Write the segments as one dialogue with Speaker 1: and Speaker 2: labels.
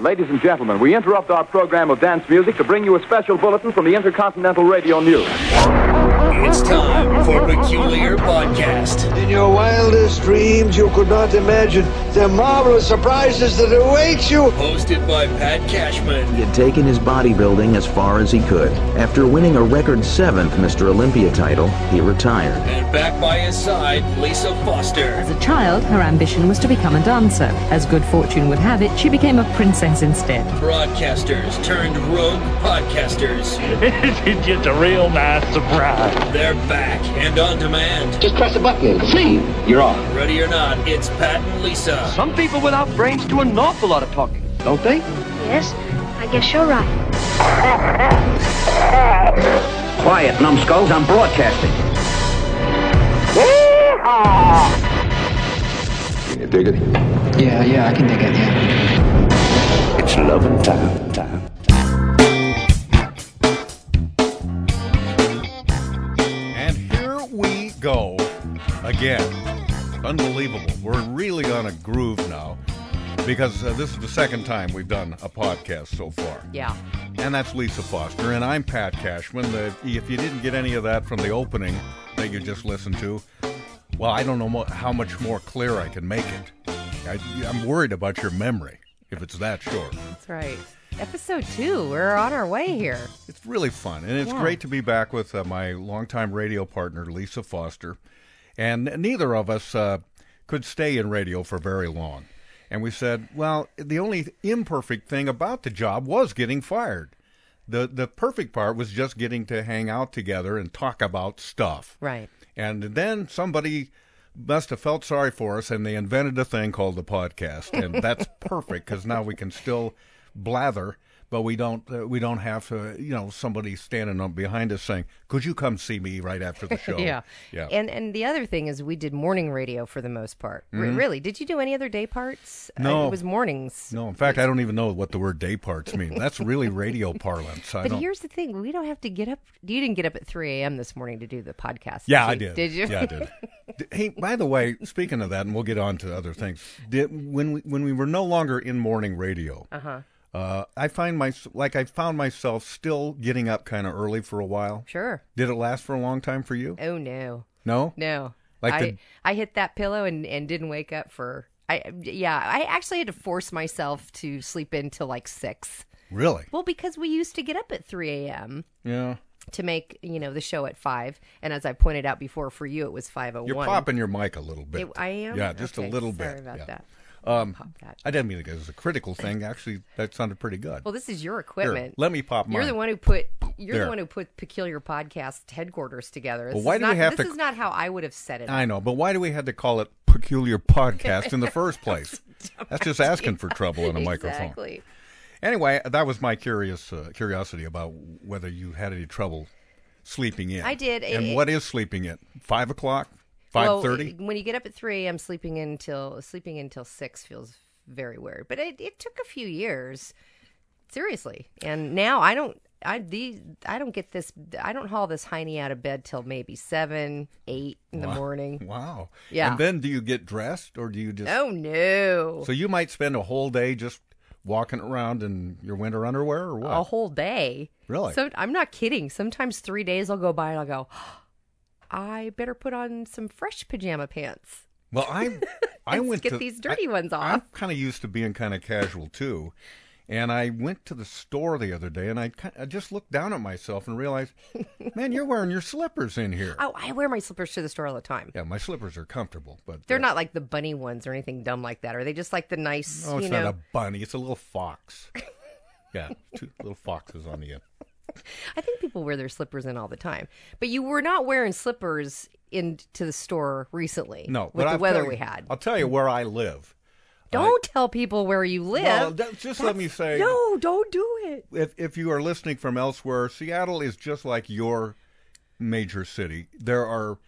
Speaker 1: Ladies and gentlemen, we interrupt our program of dance music to bring you a special bulletin from the Intercontinental Radio News.
Speaker 2: It's time for Peculiar Podcast.
Speaker 3: In your wildest dreams, you could not imagine the marvelous surprises that await you.
Speaker 2: Hosted by Pat Cashman.
Speaker 4: He had taken his bodybuilding as far as he could. After winning a record seventh Mr. Olympia title, he retired.
Speaker 2: And back by his side, Lisa Foster.
Speaker 5: As a child, her ambition was to become a dancer. As good fortune would have it, she became a princess instead.
Speaker 2: Broadcasters turned rogue podcasters.
Speaker 6: it's just a real nice surprise.
Speaker 2: They're back and on demand.
Speaker 7: Just press a button. See, you're on.
Speaker 2: Ready or not, it's Pat and Lisa.
Speaker 8: Some people without brains do an awful lot of talking, don't they?
Speaker 9: Yes, I guess you're right.
Speaker 7: Quiet, numbskulls. I'm broadcasting.
Speaker 1: Can you dig it?
Speaker 8: Yeah, yeah, I can dig it, yeah.
Speaker 7: It's loving time. Time.
Speaker 10: And here we go again. Unbelievable. We're really on a groove now because uh, this is the second time we've done a podcast so far.
Speaker 5: Yeah.
Speaker 10: And that's Lisa Foster, and I'm Pat Cashman. The, if you didn't get any of that from the opening that you just listened to, well, I don't know mo- how much more clear I can make it. I, I'm worried about your memory if it's that short.
Speaker 5: That's right. Episode two, we're on our way here.
Speaker 10: It's really fun, and it's
Speaker 5: Yeah.
Speaker 10: great to be back with uh, my longtime radio partner, Lisa Foster. And neither of us uh, could stay in radio for very long. And we said, well, the only imperfect thing about the job was getting fired. The, the perfect part was just getting to hang out together and talk about stuff.
Speaker 5: Right.
Speaker 10: And then somebody must have felt sorry for us, and they invented a thing called the podcast, and that's perfect because now we can still blather, but we don't uh, we don't have to you know somebody standing up behind us saying, "Could you come see me right after the show?"
Speaker 5: Oh, Yeah.
Speaker 10: yeah.
Speaker 5: And and the other thing is we did morning radio for the most part. R- Really? Did you do any other day parts? Uh,
Speaker 10: Mm-hmm. No.
Speaker 5: it was mornings.
Speaker 10: no, in fact, I don't even know what the word day parts mean. That's really radio parlance. I
Speaker 5: But
Speaker 10: don't.
Speaker 5: here's the thing: we don't have to get up. You didn't get up at 3 a.m. this morning to do the podcast.
Speaker 10: Yeah, I
Speaker 5: you?
Speaker 10: did.
Speaker 5: Did you?
Speaker 10: Yeah, I did. D- hey, by the way, speaking of that, and we'll get on to other things. Did, when we when we were no longer in morning radio, uh-huh. I find my like I found myself still getting up kind of early for a while.
Speaker 5: sure.
Speaker 10: Did it last for a long time for you?
Speaker 5: Oh no,
Speaker 10: No.
Speaker 5: no.
Speaker 10: Like
Speaker 5: I
Speaker 10: the-
Speaker 5: I hit that pillow and and didn't wake up for. I yeah. I actually had to force myself to sleep in till like six.
Speaker 10: Really?
Speaker 5: Well, because we used to get up at 3 a.m.
Speaker 10: Yeah.
Speaker 5: to make you know the show at five, and as I pointed out before, for you it was 5:01.
Speaker 10: You're popping your mic a little bit.
Speaker 5: It- I am.
Speaker 10: Yeah, just
Speaker 5: Okay,
Speaker 10: a little
Speaker 5: sorry
Speaker 10: bit.
Speaker 5: about
Speaker 10: yeah. Um,
Speaker 5: that. Pop that.
Speaker 10: I didn't mean it was a critical thing. Actually, that sounded pretty good.
Speaker 5: Well, this is your
Speaker 10: Here,
Speaker 5: equipment.
Speaker 10: let me pop mine.
Speaker 5: You're the one who put you're
Speaker 10: There.
Speaker 5: the one who put peculiar podcast headquarters together. This
Speaker 10: Well, why
Speaker 5: is
Speaker 10: do
Speaker 5: not-
Speaker 10: we have
Speaker 5: this
Speaker 10: to- Ah,
Speaker 5: is not how I would have said it.
Speaker 10: I know, but why do we have to call it peculiar podcast in the first place? That's just asking for trouble in a microphone.
Speaker 5: Exactly.
Speaker 10: Anyway, that was my curious uh, curiosity about whether you had any trouble sleeping in.
Speaker 5: I did.
Speaker 10: And
Speaker 5: It-
Speaker 10: what is sleeping in? Five o'clock? Five thirty?
Speaker 5: Well, when you get up at three, I'm sleeping until sleeping until six feels very weird. But it, it took a few years, seriously. And now I don't. I the I don't get this. I don't haul this hiney out of bed till maybe seven, eight in the morning.
Speaker 10: wow.
Speaker 5: Yeah.
Speaker 10: And then do you get dressed, or do you just?
Speaker 5: Oh no,
Speaker 10: So you might spend a whole day just walking around in your winter underwear, or what?
Speaker 5: a whole day.
Speaker 10: Really?
Speaker 5: So I'm not kidding. Sometimes three days I'll go by and I'll go. I better put on some fresh pajama pants.
Speaker 10: Well, I I
Speaker 5: And
Speaker 10: went
Speaker 5: get
Speaker 10: to
Speaker 5: these dirty
Speaker 10: I-
Speaker 5: ones off.
Speaker 10: I'm kind of used to being kind of casual too, and I went to the store the other day, and I kind I just looked down at myself and realized, man, you're wearing your slippers in here.
Speaker 5: Oh, I wear my slippers to the store all the time.
Speaker 10: Yeah, my slippers are comfortable, but
Speaker 5: They're
Speaker 10: uh,
Speaker 5: not like the bunny ones or anything dumb like that. Are they just like the nice,
Speaker 10: Oh, it's
Speaker 5: you know?
Speaker 10: not a bunny. It's a little fox. yeah, two little foxes on the end.
Speaker 5: I think people wear their slippers in all the time. But you were not wearing slippers into the store recently.
Speaker 10: No, but
Speaker 5: with the
Speaker 10: I'll
Speaker 5: weather
Speaker 10: tell you-
Speaker 5: we had.
Speaker 10: I'll tell you where I live.
Speaker 5: don't tell people where you live.
Speaker 10: Well, that- just let me say,
Speaker 5: no, don't do it.
Speaker 10: if if you are listening from elsewhere, Seattle is just like your major city. There are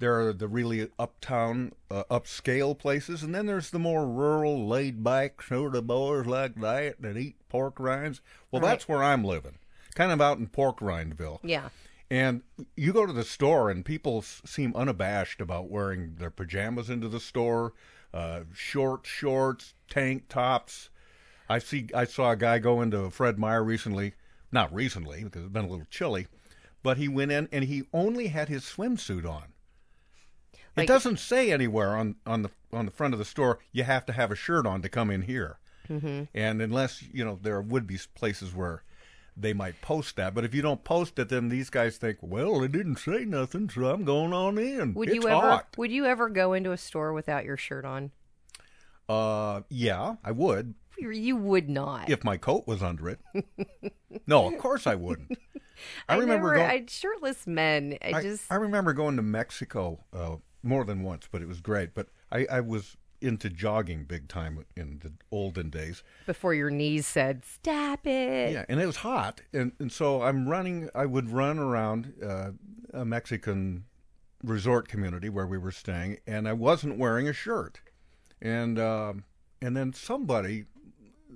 Speaker 10: there are the really uptown, uh, upscale places, and then there's the more rural, laid back sort of boys like that that eat pork rinds. Well, that's where I'm living, kind of out in Pork Rindville.
Speaker 5: Yeah.
Speaker 10: And you go to the store, and people s- seem unabashed about wearing their pajamas into the store, uh, short shorts, tank tops. I see. I saw a guy go into Fred Meyer recently, not recently because it's been a little chilly, but he went in and he only had his swimsuit on. it
Speaker 5: Like-
Speaker 10: doesn't say anywhere on on the on the front of the store you have to have a shirt on to come in here,
Speaker 5: Mm-hmm.
Speaker 10: and unless you know there would be places where they might post that, but if you don't post it, then these guys think, well, they didn't say nothing, so I'm going on in.
Speaker 5: Would
Speaker 10: it's
Speaker 5: you ever?
Speaker 10: hot.
Speaker 5: Would you ever go into a store without your shirt on?
Speaker 10: Uh, yeah, I would
Speaker 5: You- You would not.
Speaker 10: if my coat was under it. no, of course I wouldn't. I, remember
Speaker 5: never, I
Speaker 10: going.
Speaker 5: shirtless men. I,
Speaker 10: I,
Speaker 5: just
Speaker 10: I remember going to Mexico uh, more than once, but it was great. But I, I was into jogging big time in the olden days.
Speaker 5: before your knees said stop it.
Speaker 10: Yeah, and it was hot, and and so I'm running. I would run around uh, a Mexican resort community where we were staying, and I wasn't wearing a shirt, and um, and then somebody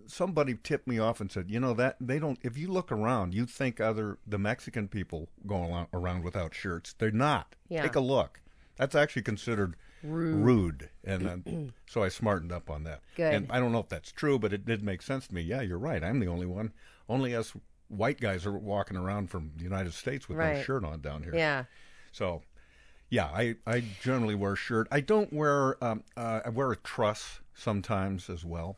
Speaker 10: somebody tipped me off and said, you know that they don't. If you look around, you think other the Mexican people go along, around without shirts. They're not.
Speaker 5: Yeah.
Speaker 10: Take a look. That's actually considered
Speaker 5: Rude.
Speaker 10: rude, and then, so I smartened up on that.
Speaker 5: Good.
Speaker 10: And I don't know if that's true, but it did make sense to me. Yeah, you're right. I'm the only one. Only us white guys are walking around from the United States with no
Speaker 5: Right.
Speaker 10: shirt on down here.
Speaker 5: Yeah.
Speaker 10: So, yeah, I, I generally wear a shirt. I don't wear um, uh, I wear a truss sometimes as well,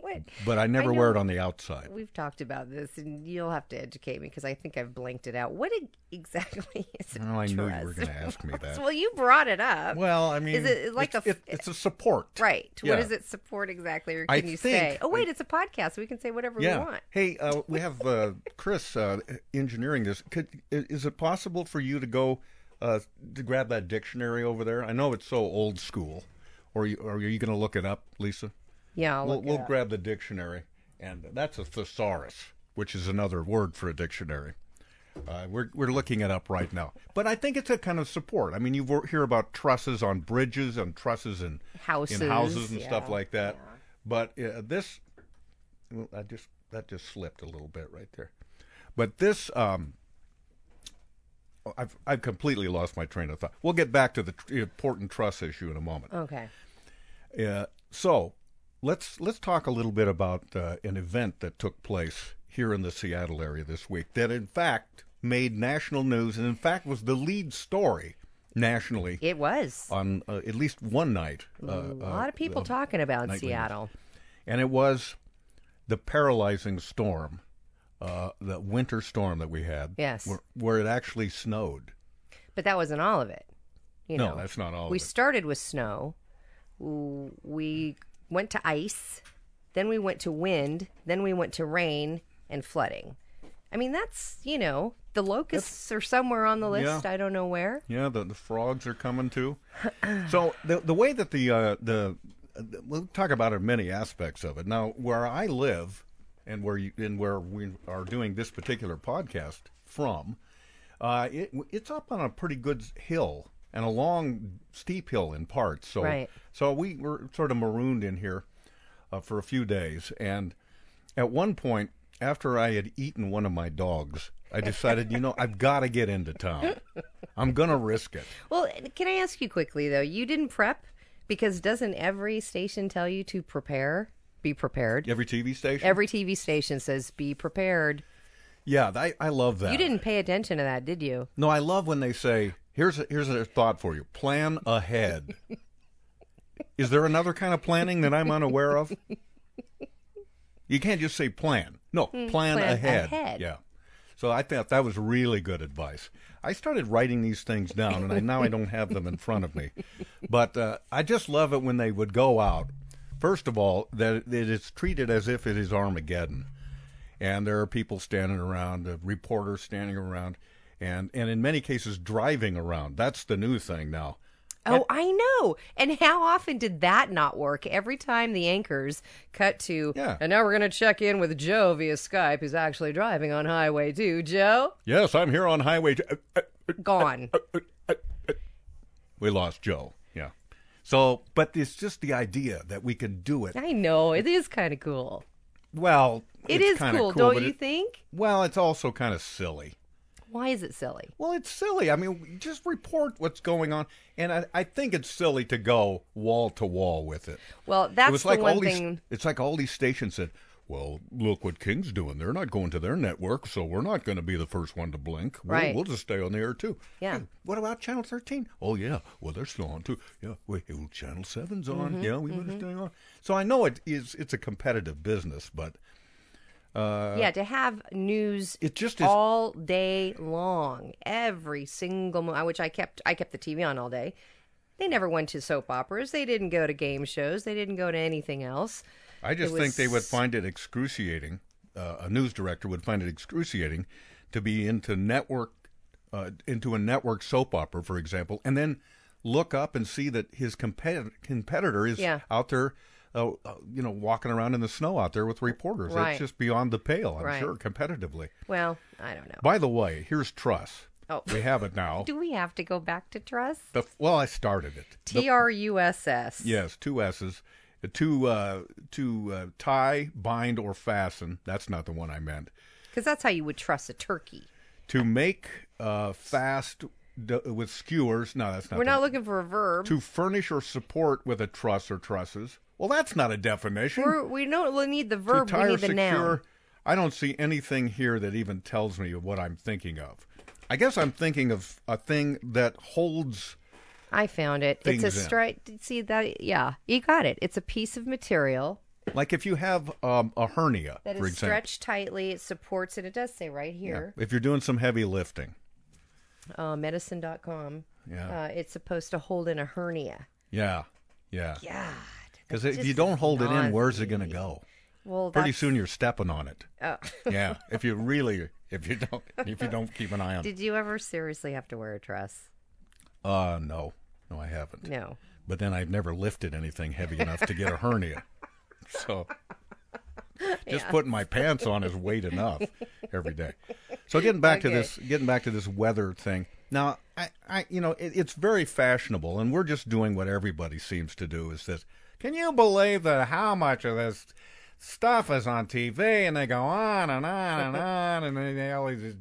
Speaker 5: What?
Speaker 10: but I never wear it on the outside.
Speaker 5: We've talked about this, and you'll have to educate me because I think I've blanked it out. What e- exactly is a
Speaker 10: Oh, I knew you were
Speaker 5: truss?
Speaker 10: going to ask me that.
Speaker 5: well, you brought it up.
Speaker 10: Well, I mean,
Speaker 5: is it like
Speaker 10: it's,
Speaker 5: a?
Speaker 10: it- it's a support,
Speaker 5: Right.
Speaker 10: Yeah.
Speaker 5: What does it support exactly, or can
Speaker 10: I
Speaker 5: you
Speaker 10: think-
Speaker 5: say? Oh, wait, it's a podcast. We can say whatever
Speaker 10: Yeah.
Speaker 5: we want.
Speaker 10: Hey, uh, we have uh, Chris uh, engineering this. Could i- is it possible for you to go uh, to grab that dictionary over there? I know it's so old school. Or you, or are you going to look it up, Lisa?
Speaker 5: Yeah, I'll
Speaker 10: we'll
Speaker 5: look it
Speaker 10: we'll
Speaker 5: up.
Speaker 10: grab the dictionary, and that's a thesaurus, which is another word for a dictionary. Uh, we're we're looking it up right now, but I think it's a kind of support. I mean, you wor- hear about trusses on bridges and trusses in
Speaker 5: Houses,
Speaker 10: in houses and stuff
Speaker 5: yeah,
Speaker 10: like that. But uh, this, well, I just that just slipped a little bit right there. But this, um, oh, I've I've completely lost my train of thought. We'll get back to the tr- important trust issue in a moment.
Speaker 5: Okay.
Speaker 10: Uh, so let's let's talk a little bit about uh, an event that took place here in the Seattle area this week that in fact made national news and in fact was the lead story nationally
Speaker 5: It was
Speaker 10: on uh, at least one night uh,
Speaker 5: a lot of people talking about
Speaker 10: nightly news.
Speaker 5: Seattle.
Speaker 10: and it was the paralyzing storm uh, the winter storm that we had
Speaker 5: Yes.
Speaker 10: where, where it actually snowed
Speaker 5: But that wasn't all of it. You
Speaker 10: No,
Speaker 5: know,
Speaker 10: that's not all of
Speaker 5: We
Speaker 10: it.
Speaker 5: started with snow. W- We went to ice, then we went to wind, then we went to rain and flooding. I mean, that's you know, the locusts are somewhere on the list.
Speaker 10: Yeah.
Speaker 5: I don't know where.
Speaker 10: Yeah, the, the frogs are coming too. so the the way that the uh, the uh, we'll talk about it, many aspects of it. Now, where I live and where you and where we are doing this particular podcast from, uh, it, it's up on a pretty good hill and a long steep hill in parts. So
Speaker 5: Right.
Speaker 10: so we were sort of marooned in here uh, for a few days, and at one point after I had eaten one of my dogs. I decided, you know, I've got to get into town. I'm gonna risk it.
Speaker 5: Well, can I ask you quickly though? You didn't prep because doesn't every station tell you to prepare? Be prepared.
Speaker 10: Every TV station.
Speaker 5: Every TV station says be prepared.
Speaker 10: Yeah, I, I love that.
Speaker 5: You didn't pay attention to that, did you?
Speaker 10: No, I love when they say, "Here's a, here's a thought for you. Plan ahead." Is there another kind of planning that I'm unaware of? You can't just say plan. No, plan,
Speaker 5: Hmm, plan
Speaker 10: ahead.
Speaker 5: ahead.
Speaker 10: Yeah. So I thought that was really good advice. I started writing these things down, and I, now I don't have them in front of me. But uh, I just love it when they would go out. First of all, that it is treated as if it is Armageddon. and there are people standing around, uh, reporters standing around, and and in many cases driving around. That's the new thing now.
Speaker 5: Oh, I know. And how often did that not work? Every time the anchors cut to,
Speaker 10: Yeah.
Speaker 5: and now we're going to check in with Joe via Skype, who's actually driving on Highway 2. Joe,
Speaker 10: Yes, I'm here on Highway. J- uh, uh, uh,
Speaker 5: gone.
Speaker 10: we lost Joe. Yeah. So, but it's just the idea that we can do it.
Speaker 5: I know. It is kind of cool.
Speaker 10: Well,
Speaker 5: It
Speaker 10: it's
Speaker 5: is
Speaker 10: kinda
Speaker 5: cool,
Speaker 10: cool
Speaker 5: don't
Speaker 10: but
Speaker 5: you
Speaker 10: it-
Speaker 5: think?
Speaker 10: Well, it's also kind of silly.
Speaker 5: Why is it silly?
Speaker 10: Well, it's silly. I mean, just report what's going on. And I, I think it's silly to go wall to wall with it.
Speaker 5: Well, that's
Speaker 10: it was
Speaker 5: the
Speaker 10: like
Speaker 5: one
Speaker 10: all these,
Speaker 5: thing-
Speaker 10: It's like all these stations said, well, look what King's doing. They're not going to their network, so we're not going to be the first one to blink. We'll,
Speaker 5: Right.
Speaker 10: we'll just stay on the air, too.
Speaker 5: Yeah.
Speaker 10: Hey, what about Channel 13? Oh, yeah. Well, they're still on, too. Yeah. Wait, well, Channel 7's on.
Speaker 5: Mhm,
Speaker 10: Yeah, we better stay on. So I know it is, it's a competitive business, but. Uh,
Speaker 5: yeah, to have news
Speaker 10: It just is-
Speaker 5: all day long, every single mo- which I kept I kept the TV on all day. They never went to soap operas. They didn't go to game shows. They didn't go to anything else.
Speaker 10: I just
Speaker 5: It
Speaker 10: think they would
Speaker 5: was-
Speaker 10: find it excruciating. Uh, a news director would find it excruciating to be into network, uh, into a network soap opera, for example, and then look up and see that his compet- competitor is
Speaker 5: Yeah.
Speaker 10: out there, uh, uh, you know, walking around in the snow out there with reporters.
Speaker 5: Right.
Speaker 10: That's just beyond the pale, I'm
Speaker 5: Right.
Speaker 10: sure, competitively.
Speaker 5: Well, I don't know.
Speaker 10: By the way, here's Truss.
Speaker 5: Oh.
Speaker 10: We have it now.
Speaker 5: Do we have to go back to trust?
Speaker 10: The, well, I started it. The-
Speaker 5: T R U S S.
Speaker 10: Yes, two S's. To uh, to uh, tie, bind, or fasten. That's not the one I meant.
Speaker 5: Because that's how you would trust a turkey.
Speaker 10: To make uh, fast d- with skewers. No, that's not.
Speaker 5: We're
Speaker 10: the-
Speaker 5: not looking for a verb.
Speaker 10: To furnish or support with a truss or trusses. Well, that's not a definition.
Speaker 5: We're, we don't we need the
Speaker 10: To
Speaker 5: verb.
Speaker 10: tie
Speaker 5: We
Speaker 10: or
Speaker 5: need the noun.
Speaker 10: secure, I don't see anything here that even tells me what I'm thinking of. I guess I'm thinking of a thing that holds.
Speaker 5: I found it. It's a
Speaker 10: Things in.
Speaker 5: straight. See that? Yeah, you got it. It's a piece of material
Speaker 10: Like if you have um, a hernia,
Speaker 5: that is
Speaker 10: for example.
Speaker 5: stretched tightly. It supports it. It does say right here,
Speaker 10: If you're doing some heavy lifting.
Speaker 5: uh, medicine.com.
Speaker 10: Yeah.
Speaker 5: Uh, it's supposed to hold in a hernia.
Speaker 10: Yeah, yeah.
Speaker 5: Yeah.
Speaker 10: Because if you don't hold it in, where's it going to go?
Speaker 5: Well,
Speaker 10: Pretty
Speaker 5: that's-
Speaker 10: soon you're stepping on it.
Speaker 5: Oh.
Speaker 10: yeah, if you really, if you don't, if you don't keep an eye on it.
Speaker 5: Did you ever seriously have to wear a dress?
Speaker 10: Uh, no, no, I haven't.
Speaker 5: No.
Speaker 10: But then I've never lifted anything heavy enough to get a hernia. So just
Speaker 5: Yeah.
Speaker 10: putting my pants on is weight enough every day. So getting back to
Speaker 5: Okay.
Speaker 10: this, getting back to this weather thing. Now, I, I you know, it, it's very fashionable, and we're just doing what everybody seems to do. Is this? Can you believe that how much of this stuff is on TV, and they go on and on and on, and they, they all these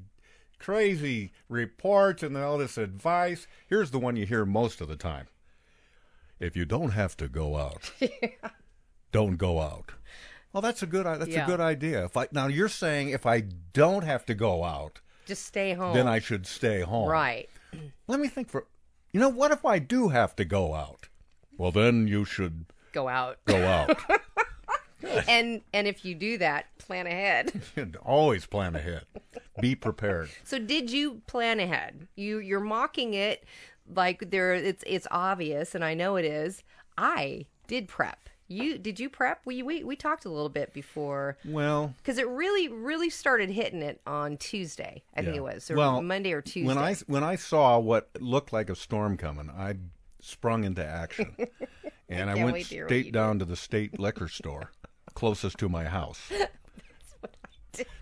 Speaker 10: crazy reports and all this advice. Here's the one you hear most of the time: If you don't have to go out, don't go out. Well, that's a good i- that's
Speaker 5: Yeah.
Speaker 10: a good idea. If I now you're saying if I don't have to go out,
Speaker 5: Just stay home.
Speaker 10: then I should stay home.
Speaker 5: Oh. Right.
Speaker 10: Let me think for you know what if I do have to go out? Well, then you should
Speaker 5: Go out.
Speaker 10: go out.
Speaker 5: and and if you do that, plan ahead.
Speaker 10: and always plan ahead. Be prepared.
Speaker 5: So did you plan ahead? You you're mocking it like there it's it's obvious and I know it is. I did prep. You did you prep? We we we talked a little bit before
Speaker 10: Well,
Speaker 5: cuz it really really started hitting it on Tuesday. I think
Speaker 10: yeah.
Speaker 5: it was or
Speaker 10: well,
Speaker 5: Monday or Tuesday.
Speaker 10: When I when I saw what looked like a storm coming, I sprung into action. and I
Speaker 5: can't
Speaker 10: went
Speaker 5: wait to hear what you
Speaker 10: straight
Speaker 5: did.
Speaker 10: down to the state liquor store closest to my house.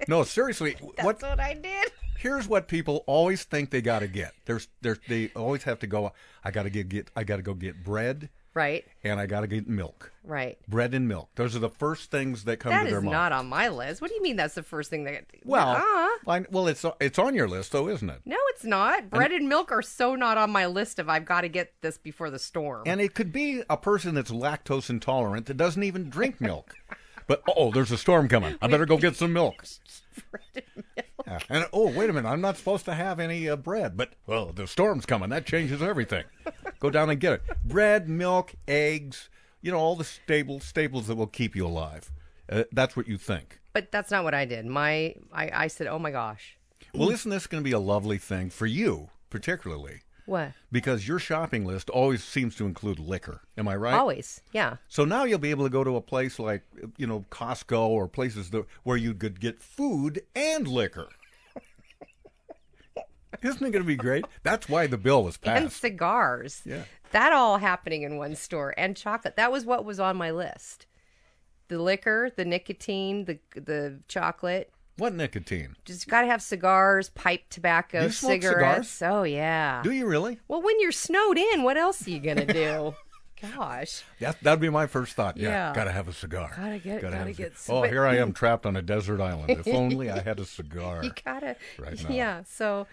Speaker 10: No, seriously,
Speaker 5: That's
Speaker 10: what
Speaker 5: what, I did.
Speaker 10: here's what people always think they got to get. There's, there's, they always have to go. I got to get, get, I got to go get bread,
Speaker 5: Right.
Speaker 10: and I got to get milk.
Speaker 5: Right.
Speaker 10: Bread and milk. Those are the first things that come
Speaker 5: That
Speaker 10: to their
Speaker 5: is
Speaker 10: mind.
Speaker 5: not Uh-huh. on my list. What do you mean that's the first thing that
Speaker 10: well,
Speaker 5: Nuh-uh.
Speaker 10: I, well, it's it's on your list though, isn't it?
Speaker 5: No, it's not. Bread and, milk are so not on my list of I've got to get this before the storm.
Speaker 10: And it could be a person that's lactose intolerant that doesn't even drink milk. But oh, there's a storm coming. I better go get some milk. Yeah. And oh, wait a minute, I'm not supposed to have any uh, bread. But well, the storm's coming. That changes everything. go down and get it. Bread, milk, eggs. You know all the stable staples that will keep you alive. Uh, that's what you think.
Speaker 5: But that's not what I did. My I, I said, "Oh my gosh,
Speaker 10: Well, isn't this going to be a lovely thing for you, particularly
Speaker 5: what?
Speaker 10: because your shopping list always seems to include liquor? Am I right?
Speaker 5: Always, yeah,
Speaker 10: So now you'll be able to go to a place like you know Costco or places that, where you could get food and liquor. Isn't it going to be great? That's why the bill was
Speaker 5: and
Speaker 10: passed.
Speaker 5: cigars.
Speaker 10: Yeah.
Speaker 5: that all happening in one store, and chocolate. That was what was on my list: the liquor, the nicotine, the the chocolate.
Speaker 10: What nicotine?
Speaker 5: Just got to have cigars, pipe tobacco,
Speaker 10: You smoke
Speaker 5: cigarettes. Oh yeah.
Speaker 10: Do you really?
Speaker 5: well, when you're snowed in, what else are you gonna do? Gosh.
Speaker 10: That that'd be my first thought. Yeah,
Speaker 5: Yeah.
Speaker 10: gotta have a cigar.
Speaker 5: Gotta get-
Speaker 10: have
Speaker 5: gotta
Speaker 10: a
Speaker 5: get
Speaker 10: cigar. Oh,
Speaker 5: some-
Speaker 10: here I am trapped on a desert island. If only I had a cigar.
Speaker 5: You gotta,
Speaker 10: right now.
Speaker 5: yeah. So,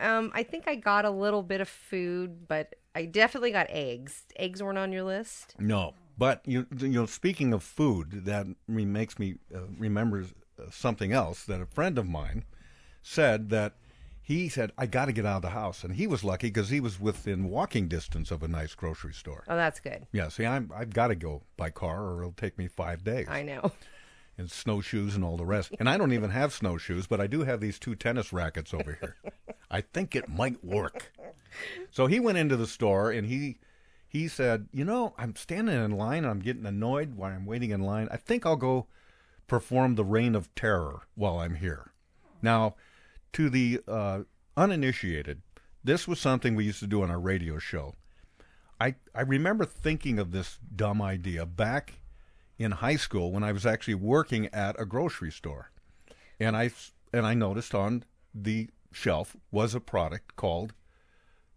Speaker 5: um, I think I got a little bit of food, but I definitely got eggs. Eggs weren't on your list.
Speaker 10: No, but you you know, speaking of food, that re- makes me uh, remember uh, something else that a friend of mine said that he said I got to get out of the house, and he was lucky because he was within walking distance of a nice grocery store.
Speaker 5: Oh, that's good.
Speaker 10: Yeah, see, I'm I've got to go by car, or it'll take me five days,
Speaker 5: I know.
Speaker 10: and snowshoes and all the rest. And I don't even have snowshoes, but I do have these two tennis rackets over here. I think it might work. So he went into the store and he he said, "You know, I'm standing in line and I'm getting annoyed while I'm waiting in line. I think I'll go perform the reign of terror while I'm here." Now, to the uh, uninitiated, this was something we used to do on our radio show. I I remember thinking of this dumb idea back in high school when I was actually working at a grocery store, and I s- and I noticed on the shelf was a product called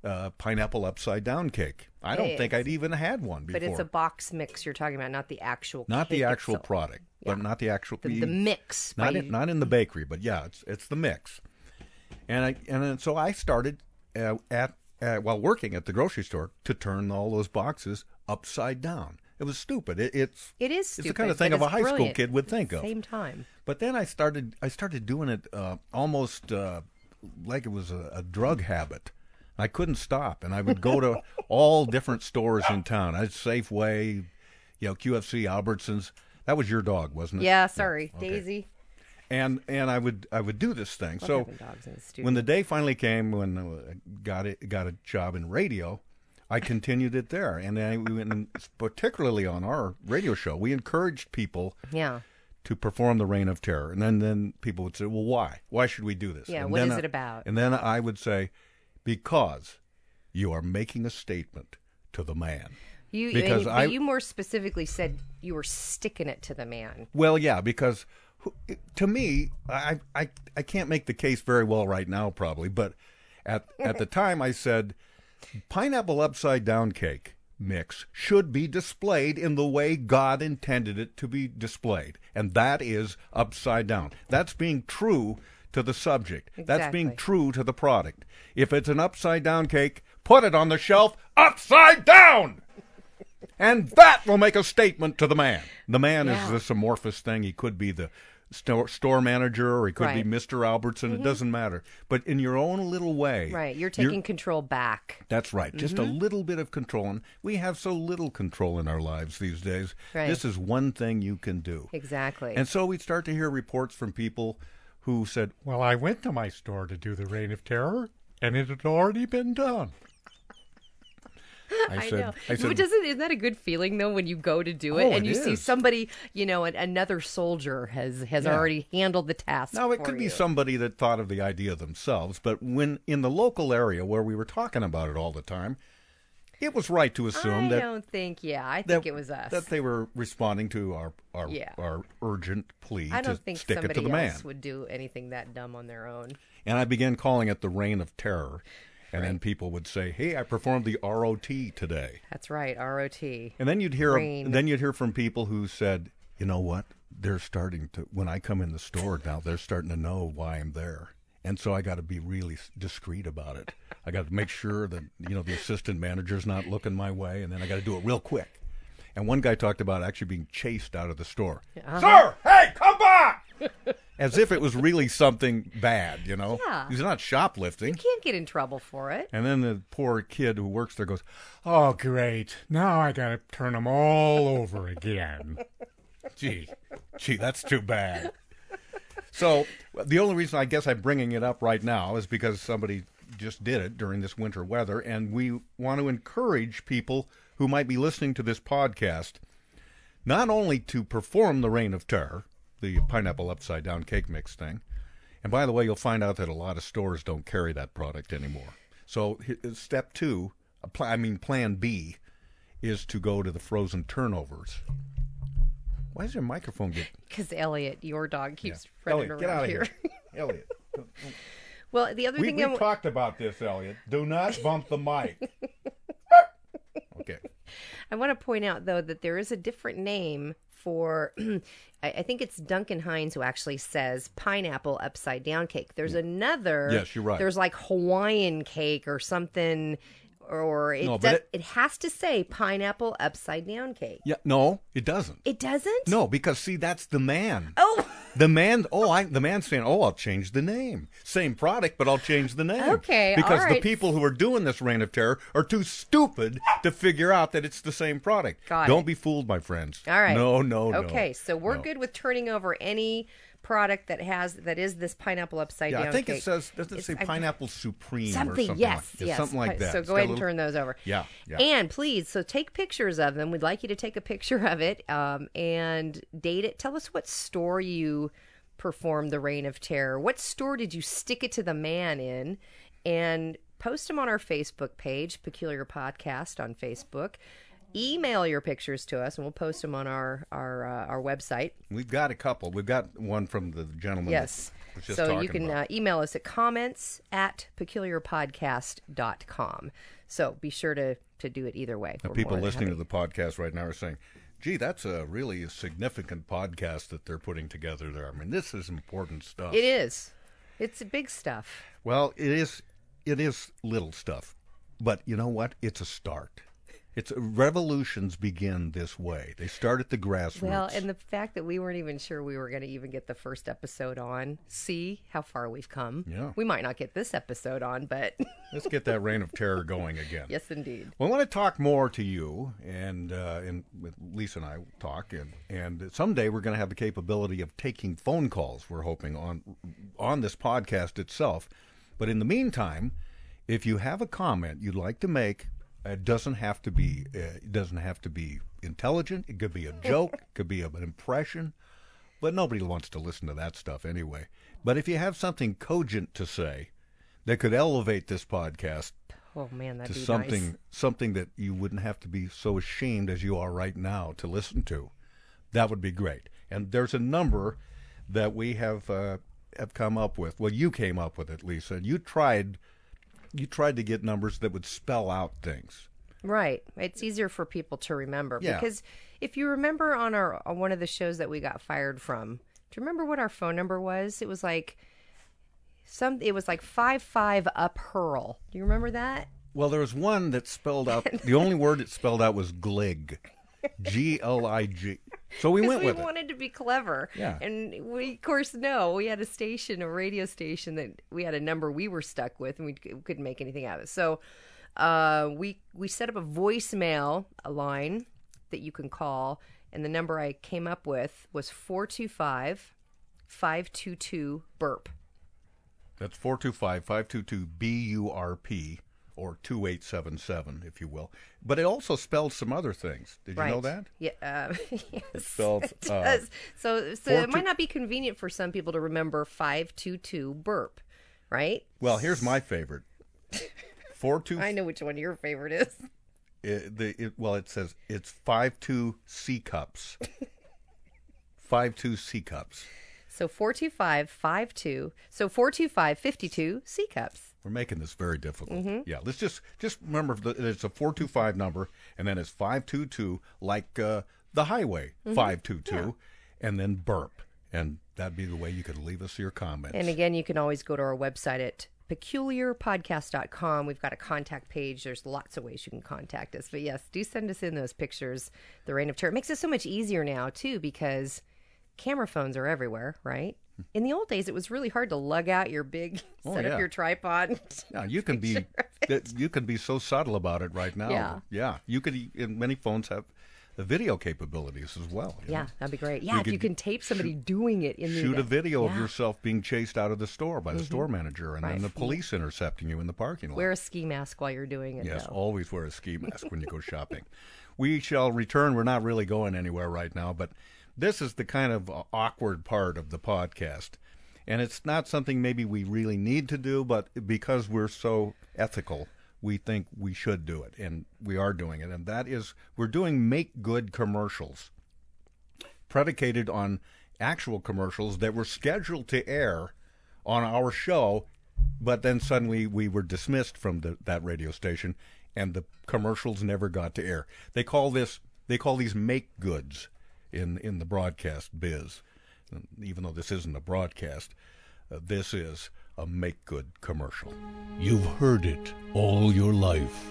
Speaker 10: uh, pineapple upside down cake. I don't
Speaker 5: Hey,
Speaker 10: think I'd even had one before.
Speaker 5: But it's a box mix you're talking about, not the actual.
Speaker 10: not the
Speaker 5: cake
Speaker 10: actual
Speaker 5: itself.
Speaker 10: product, but not the actual
Speaker 5: The, the mix.
Speaker 10: Not
Speaker 5: by-
Speaker 10: in, not in the bakery, but yeah, it's it's the mix. And I and then, so I started uh, at uh, while working at the grocery store to turn all those boxes upside down. It was stupid. It, it's
Speaker 5: It is.
Speaker 10: it's the kind of
Speaker 5: stupid,
Speaker 10: thing
Speaker 5: but
Speaker 10: of a
Speaker 5: it's
Speaker 10: high school
Speaker 5: brilliant
Speaker 10: kid would think
Speaker 5: at
Speaker 10: of.
Speaker 5: the Same time.
Speaker 10: But then I started I started doing it uh, almost uh, like it was a, a drug habit. I couldn't stop, and I would go to all different stores in town. I'd Safeway, you know, QFC, Albertsons. That was your dog, wasn't it?
Speaker 5: Yeah. Sorry, Daisy.
Speaker 10: And and I would I would do this thing. so
Speaker 5: having dogs in the studio.
Speaker 10: when the day finally came when I got it got a job in radio, I continued it there, and I, we went and particularly on our radio show, we encouraged people
Speaker 5: Yeah.
Speaker 10: to perform the reign of terror. And then, then people would say, well, why? Why should we do this?
Speaker 5: Yeah,
Speaker 10: and
Speaker 5: what
Speaker 10: then
Speaker 5: is
Speaker 10: I-
Speaker 5: it about?
Speaker 10: And then I would say, because you are making a statement to the man.
Speaker 5: You
Speaker 10: Because
Speaker 5: because
Speaker 10: I-
Speaker 5: you more specifically said you were sticking it to the man.
Speaker 10: Well, yeah, because who- to me, I, I, I can't make the case very well right now, probably, but at, at the time I said, pineapple upside down cake mix should be displayed in the way God intended it to be displayed, and that is upside down. That's being true to the subject, that's being
Speaker 5: Exactly.
Speaker 10: true to the product. If it's an upside down cake, put it on the shelf upside down! And that will make a statement to the man. The man is
Speaker 5: Yeah.
Speaker 10: this amorphous thing. He could be the store, store manager or he could
Speaker 5: Right. Mm-hmm.
Speaker 10: be Mr. Albertson. It doesn't matter. But in your own little way.
Speaker 5: Right. You're taking Mm-hmm. control back.
Speaker 10: That's right. Just a little bit of control. And we have so little control in our lives these days.
Speaker 5: Right.
Speaker 10: This is one thing you can do.
Speaker 5: Exactly.
Speaker 10: And so we start to hear reports from people who said, Well, I went to my store to do the Reign of Terror, and it had already been done. I, said,
Speaker 5: know.
Speaker 10: I
Speaker 5: but
Speaker 10: said,
Speaker 5: doesn't isn't that a good feeling though when you go to do it
Speaker 10: Oh,
Speaker 5: and
Speaker 10: it
Speaker 5: you see
Speaker 10: is.
Speaker 5: somebody, you know, an, another soldier has has
Speaker 10: Yeah.
Speaker 5: already handled the task.
Speaker 10: Now, it
Speaker 5: for
Speaker 10: could be
Speaker 5: you.
Speaker 10: somebody that thought of the idea themselves, but when in the local area where we were talking about it all the time, it was right to assume
Speaker 5: I
Speaker 10: that,
Speaker 5: don't think. Yeah, I
Speaker 10: that
Speaker 5: think it was us.
Speaker 10: that they were responding to our our,
Speaker 5: Yeah.
Speaker 10: our urgent plea
Speaker 5: I
Speaker 10: to
Speaker 5: don't think
Speaker 10: stick it to
Speaker 5: somebody
Speaker 10: the man.
Speaker 5: else would do anything that dumb on their own.
Speaker 10: And I began calling it the reign of terror. And then people would say, "Hey, I performed the ROT today."
Speaker 5: That's right. ROT.
Speaker 10: And then you'd hear
Speaker 5: Reign.
Speaker 10: then you'd hear from people who said, "You know what? They're starting to when I come in the store now, they're starting to know why I'm there." And so I got to be really s- discreet about it. I got to make sure that you know the assistant manager's not looking my way, and then I got to do it real quick. And one guy talked about actually being chased out of the store. Sir, hey, come back! As if it was really something bad, you know.
Speaker 5: Yeah.
Speaker 10: He's not shoplifting.
Speaker 5: Can't get in trouble for it.
Speaker 10: And then the poor kid who works there goes, "Oh, great! Now I gotta turn them all over again." gee, gee, that's too bad. So the only reason I guess I'm bringing it up right now is because somebody just did it during this winter weather, and we want to encourage people who might be listening to this podcast not only to perform the Reign of Terror, the pineapple upside down cake mix thing, and by the way, you'll find out that a lot of stores don't carry that product anymore. So h- step two, a pl- I mean plan B, is to go to the frozen turnovers. Why is your microphone get?
Speaker 5: Because Elliot, your dog, keeps running
Speaker 10: Elliot,
Speaker 5: around
Speaker 10: get out of
Speaker 5: here.
Speaker 10: here, Elliot.
Speaker 5: well, the other
Speaker 10: We,
Speaker 5: thing
Speaker 10: we
Speaker 5: I wa-
Speaker 10: talked about this, Elliot. Do not bump the mic. okay.
Speaker 5: I want to point out though that there is a different name for. I, I think it's Duncan Hines who actually says pineapple upside down cake. There's another.
Speaker 10: Mm. Yes, you're right.
Speaker 5: There's like Hawaiian cake or something, or it
Speaker 10: No, but
Speaker 5: does,
Speaker 10: it-
Speaker 5: it, has to say pineapple upside down cake.
Speaker 10: Yeah, no, it doesn't.
Speaker 5: It doesn't.
Speaker 10: No, because see, that's the man.
Speaker 5: Oh.
Speaker 10: The man, oh, I, the man's saying, oh, I'll change the name. Same product, but I'll change the name.
Speaker 5: Okay,
Speaker 10: Because
Speaker 5: all
Speaker 10: the
Speaker 5: right.
Speaker 10: people who are doing this reign of terror are too stupid to figure out that it's the same product.
Speaker 5: Got
Speaker 10: Don't
Speaker 5: it.
Speaker 10: be fooled, my friends.
Speaker 5: All right.
Speaker 10: No, no, no.
Speaker 5: Okay, so we're
Speaker 10: no.
Speaker 5: good with turning over any product that has that is this pineapple upside
Speaker 10: Yeah,
Speaker 5: down.
Speaker 10: I think
Speaker 5: cake.
Speaker 10: it says, doesn't it
Speaker 5: It's-
Speaker 10: say
Speaker 5: I-
Speaker 10: pineapple supreme or
Speaker 5: Something,
Speaker 10: something
Speaker 5: yes,
Speaker 10: like, yeah,
Speaker 5: yes.
Speaker 10: Something like
Speaker 5: Pi-
Speaker 10: that.
Speaker 5: So
Speaker 10: It's
Speaker 5: go
Speaker 10: got a
Speaker 5: ahead and
Speaker 10: little-
Speaker 5: turn those over.
Speaker 10: Yeah, yeah.
Speaker 5: And please, so take pictures of them. We'd like you to take a picture of it um, and date it. Tell us what store you performed the Reign of Terror. What store did you stick it to the man in? And post them on our Facebook page, Peculiar Podcast on Facebook. Email your pictures to us, and we'll post them on our our uh, our website.
Speaker 10: We've got a couple. We've got one from the gentleman. that
Speaker 5: Yes.
Speaker 10: was just
Speaker 5: So you
Speaker 10: talking
Speaker 5: can
Speaker 10: about.
Speaker 5: uh, email us at comments at peculiarpodcast.com. So be sure to, to do it either way.
Speaker 10: The
Speaker 5: We're
Speaker 10: people
Speaker 5: more than
Speaker 10: listening to
Speaker 5: happy.
Speaker 10: the podcast right now are saying, gee, that's a really significant podcast that they're putting together there. I mean, this is important stuff.
Speaker 5: It is. It's big stuff.
Speaker 10: Well, it is it is little stuff. But you know what? It's a start. It's revolutions begin this way. They start at the grassroots.
Speaker 5: Well, and the fact that we weren't even sure we were going to even get the first episode on, see how far we've come.
Speaker 10: Yeah.
Speaker 5: We might not get this episode on, but
Speaker 10: Let's get that reign of terror going again.
Speaker 5: yes, indeed.
Speaker 10: Well, I want to talk more to you and uh, and with Lisa and I talk and and someday we're going to have the capability of taking phone calls. We're hoping on on this podcast itself, but in the meantime, if you have a comment you'd like to make, it doesn't have to be uh, it doesn't have to be intelligent. It could be a joke, it could be an impression, but nobody wants to listen to that stuff anyway. But if you have something cogent to say that could elevate this podcast
Speaker 5: Oh, man, that'd
Speaker 10: to
Speaker 5: be
Speaker 10: something
Speaker 5: nice.
Speaker 10: something that you wouldn't have to be so ashamed as you are right now to listen to. That would be great. And there's a number that we have uh, have come up with. Well, you came up with it, Lisa. and You tried you tried to get numbers that would spell out things.
Speaker 5: Right. It's easier for people to remember
Speaker 10: Yeah.
Speaker 5: because if you remember on our on one of the shows that we got fired from, do you remember what our phone number was? It was like some it was like five five up hurl. Do you remember that?
Speaker 10: Well, there was one that spelled out. the only word it spelled out was glig, G L I G. So we
Speaker 5: Because
Speaker 10: went
Speaker 5: we
Speaker 10: with it.
Speaker 5: wanted to be clever.
Speaker 10: Yeah.
Speaker 5: And we, of course, no, we had a station, a radio station that we had a number we were stuck with, and we c- couldn't make anything out of it. So, uh, we we set up a voicemail a line that you can call, and the number I came up with was 425 522 burp.
Speaker 10: That's 425 522 BURP or 2877, if you will. But it also spells some other things. Did you
Speaker 5: right.
Speaker 10: know that?
Speaker 5: Yeah. Uh, yes. It
Speaker 10: spells, uh,
Speaker 5: does. so, so
Speaker 10: four
Speaker 5: it
Speaker 10: two-
Speaker 5: might not be convenient for some people to remember 522 burp, E right?
Speaker 10: Well, here's my favorite. 42
Speaker 5: I know which one your favorite is.
Speaker 10: It, the, it, well, it says it's 52 C cups. 52 C cups.
Speaker 5: So 425 52. So 425 52 C cups.
Speaker 10: We're making this very difficult.
Speaker 5: Mm-hmm.
Speaker 10: Yeah, let's just just remember that it's a 425 number and then it's 522 like uh, the highway
Speaker 5: Mm-hmm.
Speaker 10: 522 and then burp. And that'd be the way you could leave us your comments.
Speaker 5: And again, you can always go to our website at peculiarpodcast.com. We've got a contact page. There's lots of ways you can contact us. But yes, do send us in those pictures. The Reign of Terror. It makes it so much easier now, too, because camera phones are everywhere, right? In the old days, it was really hard to lug out your big,
Speaker 10: Oh,
Speaker 5: set
Speaker 10: yeah.
Speaker 5: up your tripod.
Speaker 10: Yeah, you can be that you can be so subtle about it right now.
Speaker 5: Yeah.
Speaker 10: you could. And many phones have the video capabilities as well. you
Speaker 5: yeah,
Speaker 10: know.
Speaker 5: that'd be great. Yeah, if
Speaker 10: could
Speaker 5: you can tape somebody doing it in the
Speaker 10: Shoot a
Speaker 5: event.
Speaker 10: video of
Speaker 5: Yeah. Mm-hmm.
Speaker 10: yourself being chased out of the store by the store manager, and then
Speaker 5: Right.
Speaker 10: the police intercepting you in the parking lot.
Speaker 5: Wear a ski mask while you're doing it.
Speaker 10: yes,
Speaker 5: though.
Speaker 10: always wear a ski mask when you go shopping. We shall return. We're not really going anywhere right now, but this is the kind of uh, awkward part of the podcast. And it's not something maybe we really need to do, but because we're so ethical, we think we should do it. And we are doing it. And that is, we're doing make good commercials predicated on actual commercials that were scheduled to air on our show, but then suddenly we were dismissed from the, that radio station, and the commercials never got to air. They call this they call these make goods in in the broadcast biz, even though this isn't a broadcast. Uh, this is a make good commercial.
Speaker 11: You've heard it all your life.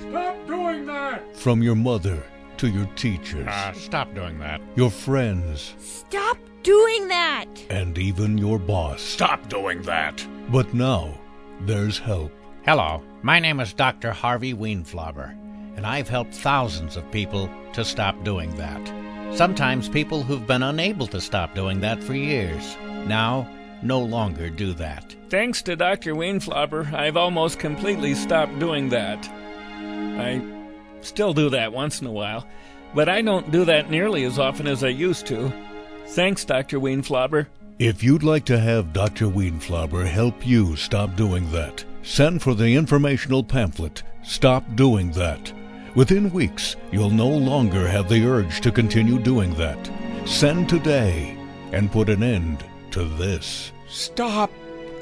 Speaker 12: Stop doing that!
Speaker 11: From your mother to your teachers.
Speaker 13: Uh,
Speaker 10: Ah, stop doing that.
Speaker 11: Your friends.
Speaker 14: Stop doing that!
Speaker 11: And even your boss.
Speaker 15: Stop doing that!
Speaker 11: But now, there's help.
Speaker 13: Hello, my name is Dr. Harvey Wienflobber, and I've helped thousands of people to stop doing that. Sometimes people who've been unable to stop doing that for years. Now, no longer do that.
Speaker 16: Thanks to Dr. Wienflobber, I've almost completely stopped doing that. I still do that once in a while, but I don't do that nearly as often as I used to. Thanks, Dr. Wienflobber.
Speaker 11: If you'd like to have Dr. Wienflobber help you stop doing that, send for the informational pamphlet, Stop Doing That. Within weeks, you'll no longer have the urge to continue doing that. Send today and put an end to this.
Speaker 12: Stop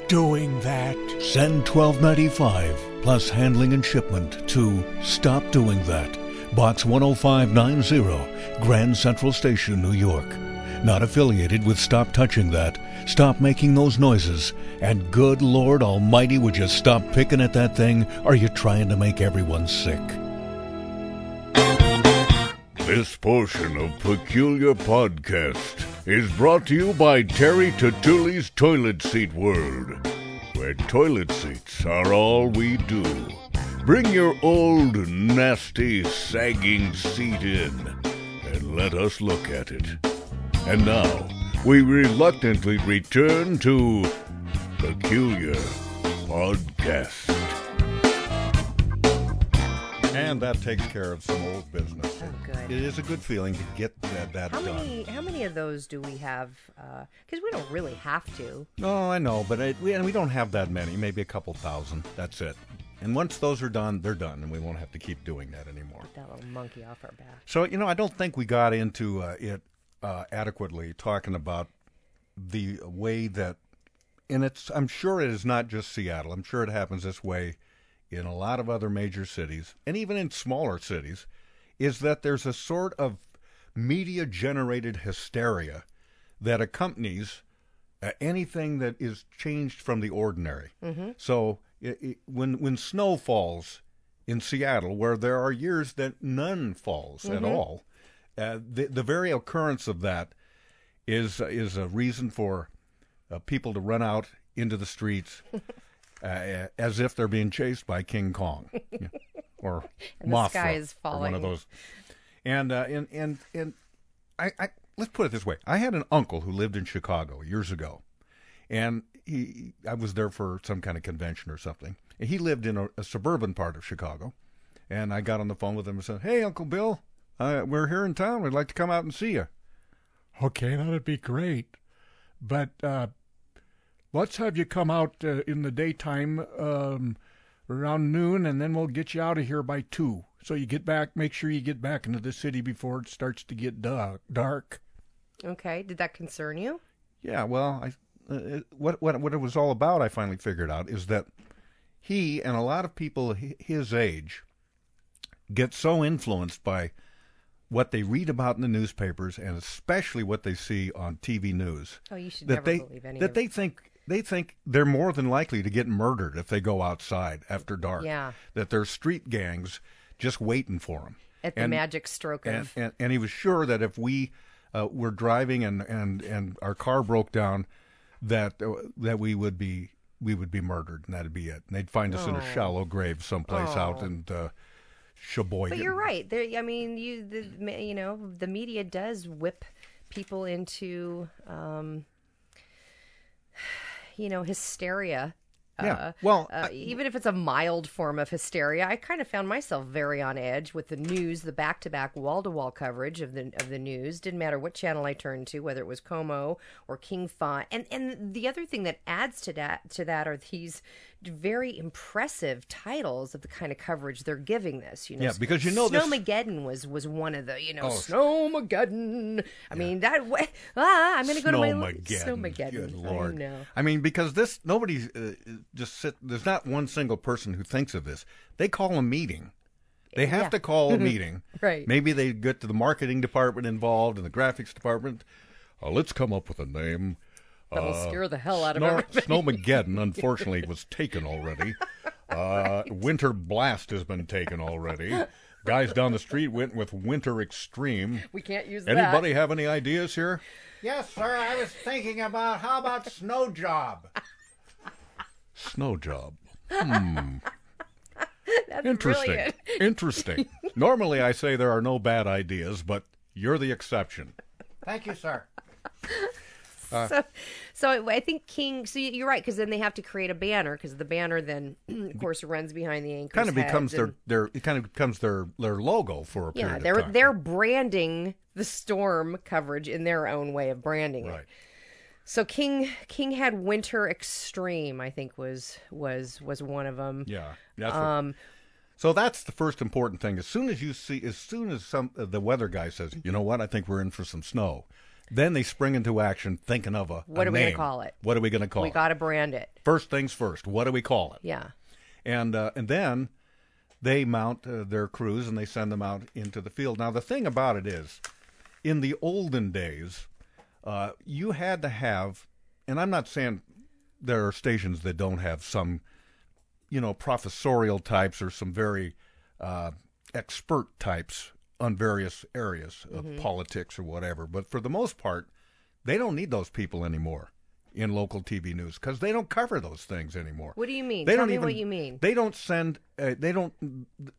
Speaker 12: doing that.
Speaker 11: Send 1295 plus handling and shipment to Stop Doing That, Box 10590, Grand Central Station, New York. Not affiliated with Stop Touching That, Stop Making Those Noises, and good Lord Almighty, would you stop picking at that thing? Are you trying to make everyone sick?
Speaker 17: This portion of Peculiar Podcast is brought to you by Terry Tatulli's Toilet Seat World, where toilet seats are all we do. Bring your old, nasty, sagging seat in and let us look at it. And now, we reluctantly return to Peculiar Podcast.
Speaker 10: And that takes care of some old business.
Speaker 5: Oh, good.
Speaker 10: It is a good feeling to get that, that
Speaker 5: How
Speaker 10: done.
Speaker 5: many how many of those do we have? Because we don't really have to.
Speaker 10: No, Oh, I know, but it, we, and we don't have that many. Maybe a couple thousand. That's it. And once those are done, they're done, and we won't have to keep doing that anymore.
Speaker 5: Get that little monkey off our back.
Speaker 10: So you know, I don't think we got into uh, it uh, adequately talking about the way that, and it's I'm sure it is not just Seattle. I'm sure it happens this way in a lot of other major cities, and even in smaller cities, is that there's a sort of media generated hysteria that accompanies uh, anything that is changed from the ordinary.
Speaker 5: Mhm.
Speaker 10: So i i when when snow falls in Seattle, where there are years that none falls at
Speaker 5: Mm-hmm.
Speaker 18: Mhm.
Speaker 10: all, uh, the the very occurrence of that is is a reason for uh, people to run out into the streets uh, as if they're being chased by King Kong or
Speaker 5: And the
Speaker 10: Mothra,
Speaker 5: sky is
Speaker 10: or one
Speaker 5: falling.
Speaker 10: of those. And uh, and and and I, I let's put it this way: I had an uncle who lived in Chicago years ago, and he I was there for some kind of convention or something. And he lived in a, a suburban part of Chicago, and I got on the phone with him and said, "Hey, Uncle Bill, uh, we're here in town. We'd like to come out and see you."
Speaker 12: Okay, that'd be great. But uh, let's have you come out uh, in the daytime um, around noon, and then we'll get you out of here by two. So you get back, make sure you get back into the city before it starts to get dark. dark.
Speaker 5: Okay, did that concern you?
Speaker 10: Yeah, well, I, uh, it- what what what it was all about, I finally figured out, is that he and a lot of people hi- his age get so influenced by what they read about in the newspapers and especially what they see on TV news.
Speaker 5: Oh, you should
Speaker 10: that
Speaker 5: never
Speaker 10: they,
Speaker 5: believe any
Speaker 10: That
Speaker 5: of-
Speaker 10: they think they think they're more than likely to get murdered if they go outside after dark.
Speaker 5: Yeah.
Speaker 10: That there's street gangs just waiting for them
Speaker 5: At the magic stroke
Speaker 10: and,
Speaker 5: of-
Speaker 10: and, and he was sure that if we uh, were driving and, and, and our car broke down, that uh, that we would be we would be murdered and that'd be it. And they'd find us in
Speaker 5: Oh.
Speaker 10: a shallow grave someplace out
Speaker 5: Oh.
Speaker 10: in uh, Sheboygan.
Speaker 5: But you're right. There, I mean, you the ma- you know the media does whip people into um, you know hysteria.
Speaker 10: Yeah.
Speaker 5: Uh,
Speaker 10: Well,
Speaker 5: uh, even if it's a mild form of hysteria, I kind of found myself very on edge with the news, the back-to-back wall-to-wall coverage of the of the news. Didn't matter what channel I turned to, whether it was Como or King Fa. And and the other thing that adds to that to that are these very impressive titles of the kind of coverage they're giving this. You know,
Speaker 10: Yeah, because you know this-
Speaker 5: Snowmageddon was was one of the you know
Speaker 10: Oh.
Speaker 5: Snowmageddon. I mean that way. Ah, I'm going to go to my
Speaker 10: Snowmageddon.
Speaker 5: Snowmageddon.
Speaker 10: Good lord!
Speaker 5: I know.
Speaker 10: I mean, because this nobody uh,
Speaker 13: just sit. There's not one single person who thinks of this. They call a meeting. They have to call a meeting.
Speaker 5: Right.
Speaker 13: Maybe they get to the marketing department involved and the graphics department. Uh, let's come up with a name.
Speaker 5: That'll
Speaker 13: Uh,
Speaker 5: scare the hell out of
Speaker 13: Snor-
Speaker 5: everybody.
Speaker 13: Snowmageddon, unfortunately, was taken already. Uh, Winter Blast has been taken already. Guys down the street went with Winter Extreme.
Speaker 5: We can't use that.
Speaker 13: Anybody have any ideas here?
Speaker 10: Yes, sir. I was thinking about how about snow job?
Speaker 13: Snow job. Hmm.
Speaker 10: That's
Speaker 13: Interesting. Interesting. Normally, I say there are no bad ideas, but you're the exception.
Speaker 10: Thank you, sir.
Speaker 13: Uh,
Speaker 5: so, so I think King. So you- you're right because then they have to create a banner because the banner then, of course, runs behind the anchor.
Speaker 13: kind of becomes
Speaker 5: and,
Speaker 13: their their it kind of becomes their their logo for a
Speaker 5: yeah.
Speaker 13: period
Speaker 5: They're
Speaker 13: of time.
Speaker 5: they're branding the storm coverage in their own way of branding it. So King King had Winter Extreme. I think was was was one of them.
Speaker 13: Yeah, that's what-
Speaker 5: um.
Speaker 13: So that's the first important thing. As soon as you see, as soon as some uh, the weather guy says, you know what, I think we're in for some snow, then they spring into action thinking of a
Speaker 5: What
Speaker 13: a
Speaker 5: are we gonna
Speaker 13: name.
Speaker 5: call it?
Speaker 13: What are we going to call
Speaker 5: we
Speaker 13: it?
Speaker 5: got to brand it.
Speaker 13: first things first. What do we call it?
Speaker 5: Yeah.
Speaker 13: and uh, and then they mount uh, their crews and they send them out into the field. Now the thing about it is, in the olden days, uh, you had to have, and I'm not saying there are stations that don't have some, you know, professorial types or some very uh, expert types on various areas of
Speaker 10: Mm-hmm.
Speaker 19: Mhm.
Speaker 13: politics or whatever. But for the most part, they don't need those people anymore in local TV news because they don't cover those things anymore.
Speaker 5: What do you mean?
Speaker 13: They
Speaker 5: Tell
Speaker 13: don't
Speaker 5: me
Speaker 13: even-
Speaker 5: what you mean.
Speaker 13: They don't send. Uh, they don't.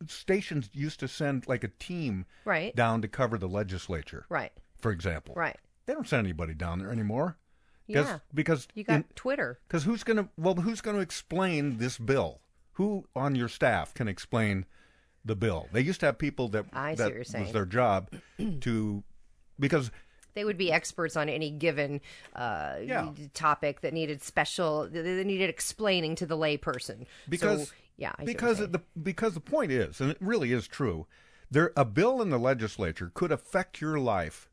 Speaker 13: Stations used to send like a team
Speaker 5: Right.
Speaker 13: down to cover the legislature,
Speaker 5: Right.
Speaker 13: for example.
Speaker 5: Right.
Speaker 13: They don't send anybody down there anymore. 'Cause-
Speaker 5: Yeah.
Speaker 13: Because
Speaker 5: You got Twitter.
Speaker 13: Because who's gonna? Well, who's gonna explain this bill? Who on your staff can explain the bill? They used to have people that
Speaker 5: I see
Speaker 13: that
Speaker 5: what you're saying.
Speaker 13: was their job to because
Speaker 5: They would be experts on any given uh, topic that needed special, that that needed explaining to the layperson. So,
Speaker 13: because
Speaker 5: yeah, I see what you're
Speaker 13: because
Speaker 5: saying.
Speaker 13: the because the point is, and it really is true, there a bill in the legislature could affect your life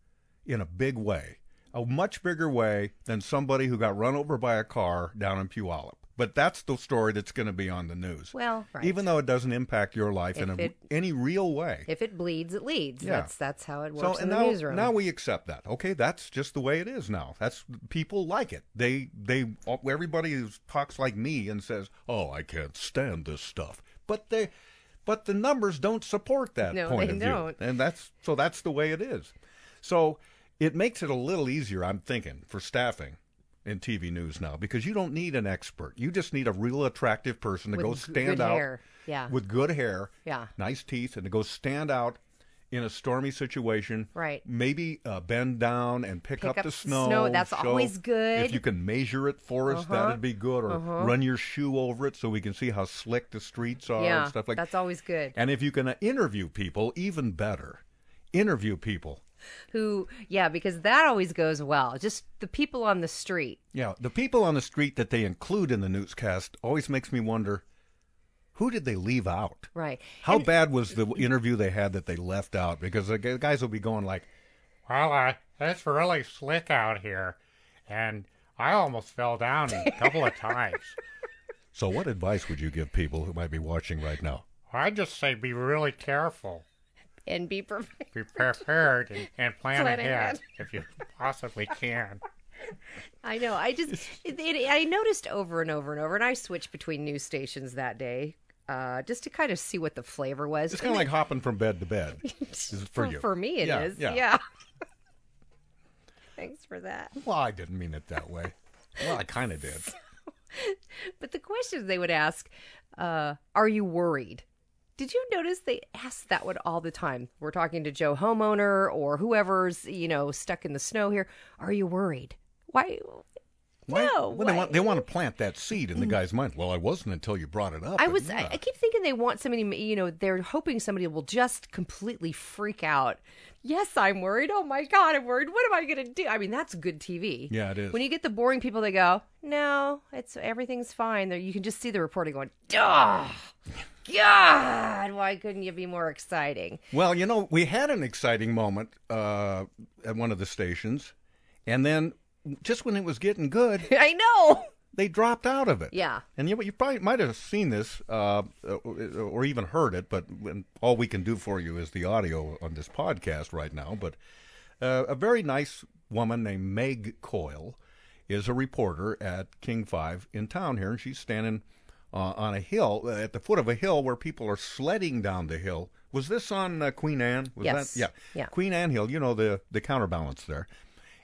Speaker 13: in a big way, a much bigger way than somebody who got run over by a car down in Puyallup. But that's the story that's going to be on the news.
Speaker 5: Well, right.
Speaker 13: even though it doesn't impact your life in
Speaker 5: If
Speaker 13: a,
Speaker 5: it-
Speaker 13: any real way.
Speaker 5: if it bleeds, it leads.
Speaker 13: Yeah.
Speaker 5: That's that's how it works
Speaker 13: So
Speaker 5: in
Speaker 13: and
Speaker 5: the
Speaker 13: now,
Speaker 5: newsroom.
Speaker 13: now we accept that. Okay, that's just the way it is now. That's people like it. They they everybody who talks like me and says, "Oh, I can't stand this stuff," but they, but the numbers don't support that
Speaker 5: No,
Speaker 13: point
Speaker 5: they
Speaker 13: of
Speaker 5: don't.
Speaker 13: view, and that's so that's the way it is. So it makes it a little easier, I'm thinking, for staffing in TV news now because you don't need an expert. You just need a real attractive person to
Speaker 5: With
Speaker 13: go
Speaker 5: g-
Speaker 13: stand
Speaker 5: good
Speaker 13: out
Speaker 5: hair. Yeah.
Speaker 13: with good hair,
Speaker 5: Yeah.
Speaker 13: nice teeth, and to go stand out in a stormy situation,
Speaker 5: Right.
Speaker 13: Maybe uh, bend down and pick,
Speaker 5: Pick
Speaker 13: up,
Speaker 5: up
Speaker 13: the
Speaker 5: the
Speaker 13: snow.
Speaker 5: snow. That's always good.
Speaker 13: If you can measure it for us,
Speaker 5: Uh-huh.
Speaker 13: that'd be good. Or
Speaker 5: Uh-huh.
Speaker 13: run your shoe over it so we can see how slick the streets are
Speaker 5: yeah,
Speaker 13: and stuff like.
Speaker 5: that's always good.
Speaker 13: And if you can uh, interview people, even better. Interview people.
Speaker 5: Who, yeah, because that always goes well. Just the people on the street.
Speaker 13: Yeah, the people on the street that they include in the newscast always makes me wonder who did they leave out?
Speaker 5: Right.
Speaker 13: How bad was the interview they had that they left out? Because the gu- guys will be going like,
Speaker 10: Well, uh, it's really slick out here, and I almost fell down a couple of times.
Speaker 13: "So what advice would you give people who might be watching right now?"
Speaker 10: I just say be really careful,
Speaker 5: And be prepared.
Speaker 10: be prepared, and, and plan,
Speaker 5: Plan
Speaker 10: ahead
Speaker 5: ahead.
Speaker 10: if you possibly can.
Speaker 5: I know. I just it, it, I noticed over and over and over, and I switched between news stations that day uh, just to kind of see what the flavor was.
Speaker 13: It's kind of like hopping from bed to bed. Is it for, you.
Speaker 5: For me, it is.
Speaker 13: Yeah,
Speaker 5: Yeah. Thanks for that.
Speaker 13: Well, I didn't mean it that way. Well, I kind of did.
Speaker 5: But the questions they would ask uh, Are you worried? Did you notice they asked that one all the time? We're talking to Joe homeowner or whoever's, you know, stuck in the snow here. Are you worried? Why?
Speaker 13: Why-
Speaker 5: No,
Speaker 13: well, they
Speaker 5: why-
Speaker 13: want they want to plant that seed in the guy's mind. Well, I wasn't until you brought it up.
Speaker 5: I
Speaker 13: and
Speaker 5: was.
Speaker 13: yeah.
Speaker 5: I, I keep thinking they want somebody. You know, they're hoping somebody will just completely freak out. Yes, I'm worried. Oh my god, I'm worried. What am I gonna do? I mean, that's good TV.
Speaker 13: Yeah, it is.
Speaker 5: When you get the boring people, they go, "No, it's everything's fine." There, you can just see the reporter going, "Duh, God, why couldn't you be more exciting?"
Speaker 13: Well, you know, we had an exciting moment uh, at one of the stations, and then just when it was getting good,
Speaker 5: I know
Speaker 13: they dropped out of it.
Speaker 5: Yeah.
Speaker 13: And you, you probably might have seen this uh, or even heard it, but when- all we can do for you is the audio on this podcast right now. But uh, a very nice woman named Meg Coyle is a reporter at King 5 in town here, and she's standing uh, on a hill, at the foot of a hill where people are sledding down the hill. Was this on uh, Queen Anne? Was
Speaker 5: Yes.
Speaker 13: That? Yeah.
Speaker 5: Yeah.
Speaker 13: Queen Anne Hill, you know, the, the counterbalance there.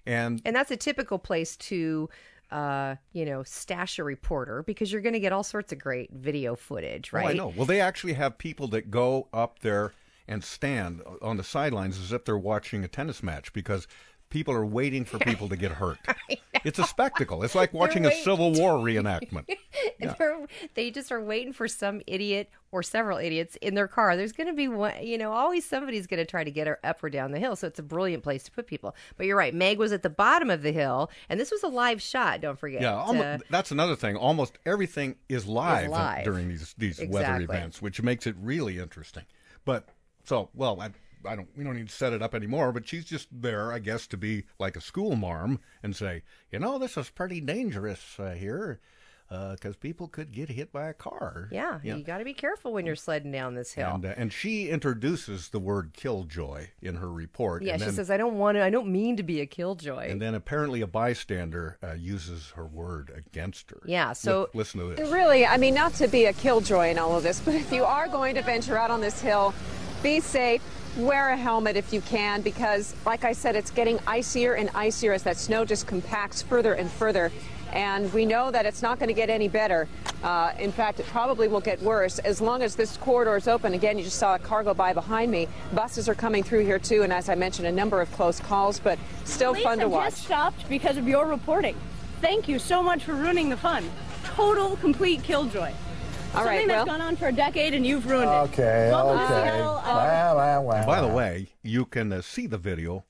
Speaker 13: And
Speaker 5: And that's a typical place to, uh, you know, stash a reporter because you're going to get all sorts of great video footage, right?
Speaker 13: Oh, I know. Well, they actually have people that go up there and stand on the sidelines as if they're watching a tennis match because people are waiting for people to get hurt. It's a spectacle. It's like
Speaker 5: They're
Speaker 13: watching a
Speaker 5: waiting.
Speaker 13: Civil War reenactment. Yeah.
Speaker 5: They're- they just are waiting for some idiot or several idiots in their car. There's going to be one, you know, always somebody's going to try to get her up or down the hill. So it's a brilliant place to put people. But you're right. Meg was at the bottom of the hill, and this was a live shot. Don't forget.
Speaker 13: Yeah, almo-
Speaker 5: Uh,
Speaker 13: that's another thing. Almost everything is live, uh,
Speaker 5: live.
Speaker 13: during these these weather
Speaker 5: Exactly.
Speaker 13: events, which makes it really interesting. But so well, I, I don't we don't need to set it up anymore. But she's just there, I guess, to be like a school marm and say, you know, this is pretty dangerous uh, here because people could get hit by a car.
Speaker 5: yeah,
Speaker 13: Yeah.
Speaker 5: you got to be careful when you're sledding down this hill.
Speaker 13: And, uh, and she introduces the word killjoy in her report.
Speaker 5: yeah,
Speaker 13: and
Speaker 5: she
Speaker 13: then,
Speaker 5: says, "I don't want to. I don't mean to be a killjoy."
Speaker 13: And then apparently a bystander uh, uses her word against her.
Speaker 2: Yeah, so-
Speaker 13: Look, listen to this.
Speaker 2: Really, I mean, not to be a killjoy in all of this, but if you are going to venture out on this hill, be safe. Wear a helmet if you can, because, like I said, it's getting icier and icier as that snow just compacts further and further. And we know that it's not going to get any better. Uh, in fact, it probably will get worse as long as this corridor is open. Again, you just saw a car go by behind me. Buses are coming through here too, and as I mentioned, a number of close calls, but still
Speaker 9: Police
Speaker 2: fun to
Speaker 9: have
Speaker 2: watch.
Speaker 9: just stopped because of your reporting. Thank you so much for ruining the fun. Total, complete killjoy.
Speaker 2: All
Speaker 9: Something
Speaker 2: right,
Speaker 9: that's
Speaker 2: well-
Speaker 9: gone on for a decade and you've ruined it.
Speaker 13: Okay,
Speaker 9: Welcome to Seattle. Uh,
Speaker 13: And by the way, you can uh, see the video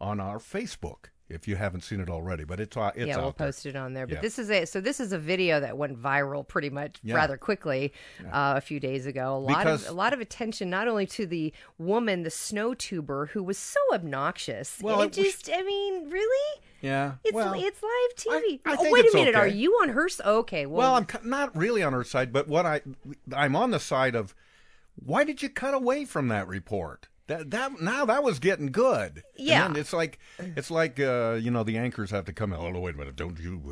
Speaker 13: on our Facebook if you haven't seen it already. But it's uh, it's
Speaker 5: yeah,
Speaker 13: out
Speaker 5: we'll
Speaker 13: there.
Speaker 5: post it on there. But
Speaker 13: Yeah.
Speaker 5: this is a so this is a video that went viral pretty much
Speaker 13: Yeah.
Speaker 5: rather quickly uh, a few days ago. A lot
Speaker 13: Because-
Speaker 5: of a lot of attention not only to the woman, the snow tuber, who was so obnoxious.
Speaker 13: Well,
Speaker 5: it
Speaker 13: it was-
Speaker 5: just I mean, really,
Speaker 13: Yeah.
Speaker 5: it's
Speaker 13: well,
Speaker 5: it's live TV.
Speaker 13: I
Speaker 5: oh
Speaker 13: think
Speaker 5: wait
Speaker 13: it's
Speaker 5: a minute,
Speaker 13: okay.
Speaker 5: are you on her? s- Okay, well,
Speaker 13: well, I'm ki- not really on her side, but what I I'm on the side of why did you cut away from that report? That that now that was getting good. And
Speaker 5: Yeah.
Speaker 13: then it's like it's like uh, you know the anchors have to come out. Oh no, wait a minute! Don't you?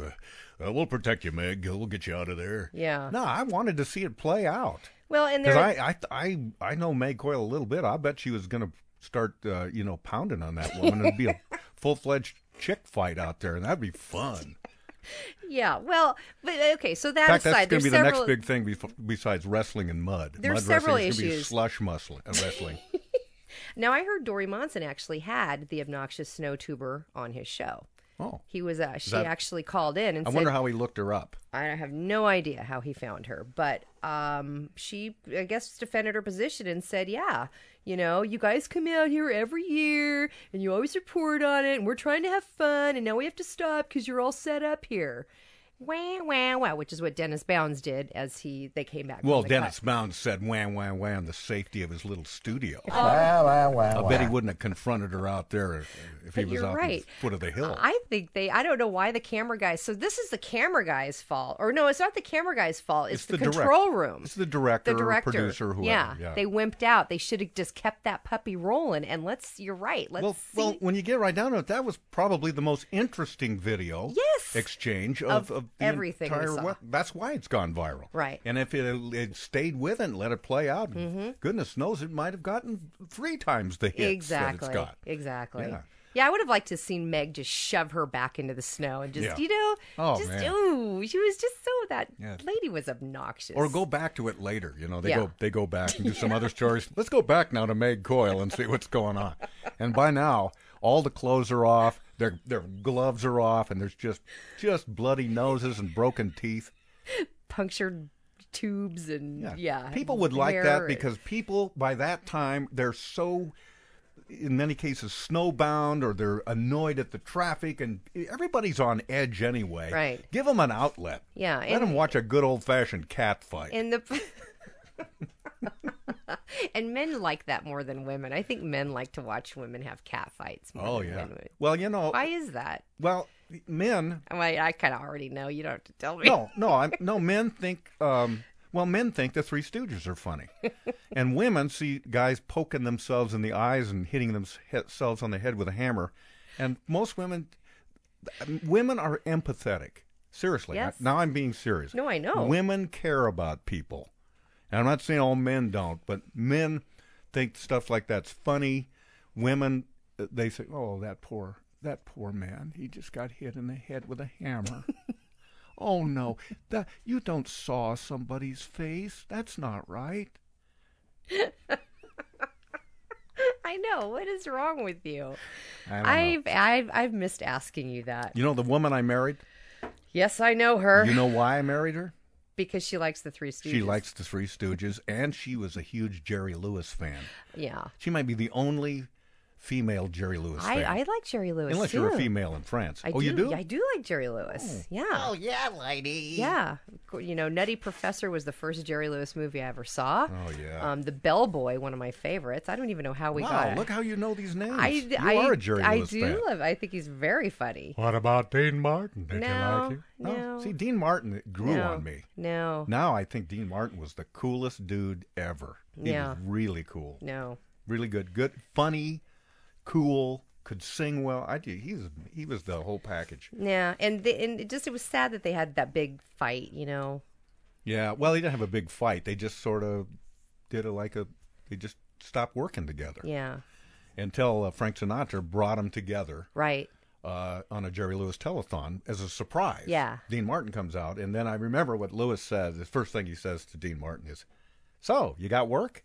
Speaker 13: Uh, uh, we'll protect you, Meg. We'll get you out of there.
Speaker 5: Yeah.
Speaker 13: No, I wanted to see it play out.
Speaker 5: well, and
Speaker 13: Because
Speaker 5: there
Speaker 13: I, I, I, I know Meg Coyle a little bit. I bet she was going to start, uh, you know, pounding on that woman. It'd be a full fledged chick fight out there, and that'd be fun.
Speaker 5: yeah, well, but uh, okay, so that
Speaker 13: In fact,
Speaker 5: aside,
Speaker 13: that's going
Speaker 5: there's
Speaker 13: to be the
Speaker 5: several
Speaker 13: next big thing bef- besides wrestling and mud.
Speaker 5: There's
Speaker 13: mud
Speaker 5: several
Speaker 13: wrestling is gonna be
Speaker 5: issues.
Speaker 13: slush muscling, uh, wrestling.
Speaker 5: Now I heard Dory Monson actually had the obnoxious snow tuber on his show.
Speaker 13: Oh.
Speaker 5: He was uh, she
Speaker 13: that-
Speaker 5: actually called in and
Speaker 13: I
Speaker 5: said
Speaker 13: wonder how he looked her up.
Speaker 5: I have no idea how he found her, but um, she, I guess, defended her position and said, Yeah, you know, you guys come out here every year and you always report on it, and we're trying to have fun, and now we have to stop because you're all set up here. Wah, wah, wah, which is what Dennis Bounds did as he they came back.
Speaker 13: Well,
Speaker 5: from the cut.
Speaker 13: Dennis Bounds said wham, wham, wham, the safety of his little studio.
Speaker 5: Oh. Wah,
Speaker 13: I bet he wouldn't have confronted her out there if, if
Speaker 5: But
Speaker 13: he was
Speaker 5: you're
Speaker 13: out at
Speaker 5: right.
Speaker 13: the foot of the hill.
Speaker 5: I think they. I don't know why the camera guys. So this is the camera guy's fault, or no, it's not the camera guy's fault. It's, the,
Speaker 13: direct-
Speaker 5: control room.
Speaker 13: It's the director,
Speaker 5: the director,
Speaker 13: producer, whoever.
Speaker 5: Yeah,
Speaker 13: yeah.
Speaker 5: they wimped out. They should have just kept that puppy rolling. And let's. You're right. Let's.
Speaker 13: well,
Speaker 5: see.
Speaker 13: well, when you get right down to it, that was probably the most interesting video
Speaker 5: Yes.
Speaker 13: exchange
Speaker 5: Of
Speaker 13: of, of the
Speaker 5: everything we
Speaker 13: Entire,
Speaker 5: saw.
Speaker 13: web- that's why it's gone viral,
Speaker 5: Right. Mm-hmm.
Speaker 13: And if it, it stayed with it, and let it play out, goodness knows it might have gotten three times the hits
Speaker 5: exactly.
Speaker 13: that it's got.
Speaker 5: Exactly.
Speaker 13: Yeah.
Speaker 5: Yeah, I would have liked to have seen Meg just shove her back into the snow and just,
Speaker 13: Yeah.
Speaker 5: you know,
Speaker 13: Oh,
Speaker 5: just,
Speaker 13: man.
Speaker 5: ooh, she was just so, that
Speaker 13: Yeah.
Speaker 5: lady was obnoxious.
Speaker 13: Or go back to it later. You know, they
Speaker 5: Yeah.
Speaker 13: go they go back and do some other stories. Let's go back now to Meg Coyle and see what's going on. And by now, all the clothes are off, their their gloves are off, and there's just just bloody noses and broken teeth.
Speaker 5: Punctured tubes and, yeah.
Speaker 13: People would like
Speaker 5: hair.
Speaker 13: that because people by that time they're so in many cases snowbound or they're annoyed at the traffic and everybody's on edge anyway.
Speaker 5: Right.
Speaker 13: Give them an outlet.
Speaker 5: Yeah,
Speaker 13: Let
Speaker 5: and-
Speaker 13: them watch a good old fashioned cat fight.
Speaker 5: And the and men like that more than women. I think men like to watch women have cat fights. More
Speaker 13: Oh
Speaker 5: than
Speaker 13: yeah.
Speaker 5: women would.
Speaker 13: Well, you know,
Speaker 5: Why is that?
Speaker 13: Well, men.
Speaker 5: I, mean, I kind of already know. You don't have to tell me.
Speaker 13: No, no, I'm, no. Men think. Um, well, men think the Three Stooges are funny, and women see guys poking themselves in the eyes and hitting themselves on the head with a hammer, and most women, women are empathetic. Seriously,
Speaker 5: Yes.
Speaker 13: I- now I'm being serious.
Speaker 5: No, I know.
Speaker 13: Women care about people, and I'm not saying all men don't, but men think stuff like that's funny. Women, uh, they say, "Oh, that poor, that poor man. He just got hit in the head with a hammer." oh no, that you don't saw somebody's face. That's not right.
Speaker 5: I know. What is wrong with you?
Speaker 13: I don't know.
Speaker 5: I've, I've I've missed asking you that.
Speaker 13: You know the woman I married.
Speaker 5: Yes, I know her.
Speaker 13: You know why I married her?
Speaker 5: because she likes the Three Stooges.
Speaker 13: She likes the Three Stooges, and she was a huge Jerry Lewis fan.
Speaker 5: Yeah.
Speaker 13: She might be the only female Jerry Lewis
Speaker 5: I,
Speaker 13: fan.
Speaker 5: I like Jerry Lewis.
Speaker 13: Unless you're a
Speaker 5: too.
Speaker 13: female in France.
Speaker 5: I
Speaker 13: oh, you do?
Speaker 5: I do like Jerry Lewis. Yeah.
Speaker 20: Oh, yeah, lady.
Speaker 5: Yeah, Of cour- you know, Nutty Professor was the first Jerry Lewis movie I ever saw.
Speaker 20: Oh, yeah.
Speaker 5: Um, the Bellboy, one of my favorites. I don't even know how we
Speaker 13: wow,
Speaker 5: got. it.
Speaker 13: look how you know these names.
Speaker 5: I,
Speaker 13: you
Speaker 5: I,
Speaker 13: are a Jerry
Speaker 5: I
Speaker 13: Lewis
Speaker 5: do
Speaker 13: fan.
Speaker 5: love. I think he's very funny.
Speaker 21: What about Dean Martin? Did you
Speaker 5: No,
Speaker 21: like him?
Speaker 5: no.
Speaker 13: See, Dean Martin grew
Speaker 5: No.
Speaker 13: on me.
Speaker 5: No.
Speaker 13: Now I think Dean Martin was the coolest dude ever. He
Speaker 5: Yeah.
Speaker 13: was really cool.
Speaker 5: No.
Speaker 13: Really good. Good, funny, cool, could sing well. I do. He's he was the whole package.
Speaker 5: Yeah, and they, and it just it was sad that they had that big fight. You know.
Speaker 13: Yeah. Well, they didn't have a big fight. They just sort of did a like a they just stopped working together.
Speaker 5: Yeah.
Speaker 13: Until uh, Frank Sinatra brought them together.
Speaker 5: Right.
Speaker 13: Uh, on a Jerry Lewis telethon as a surprise.
Speaker 5: Yeah.
Speaker 13: Dean Martin comes out, and then I remember what Lewis says. The first thing he says to Dean Martin is, "So you got work?"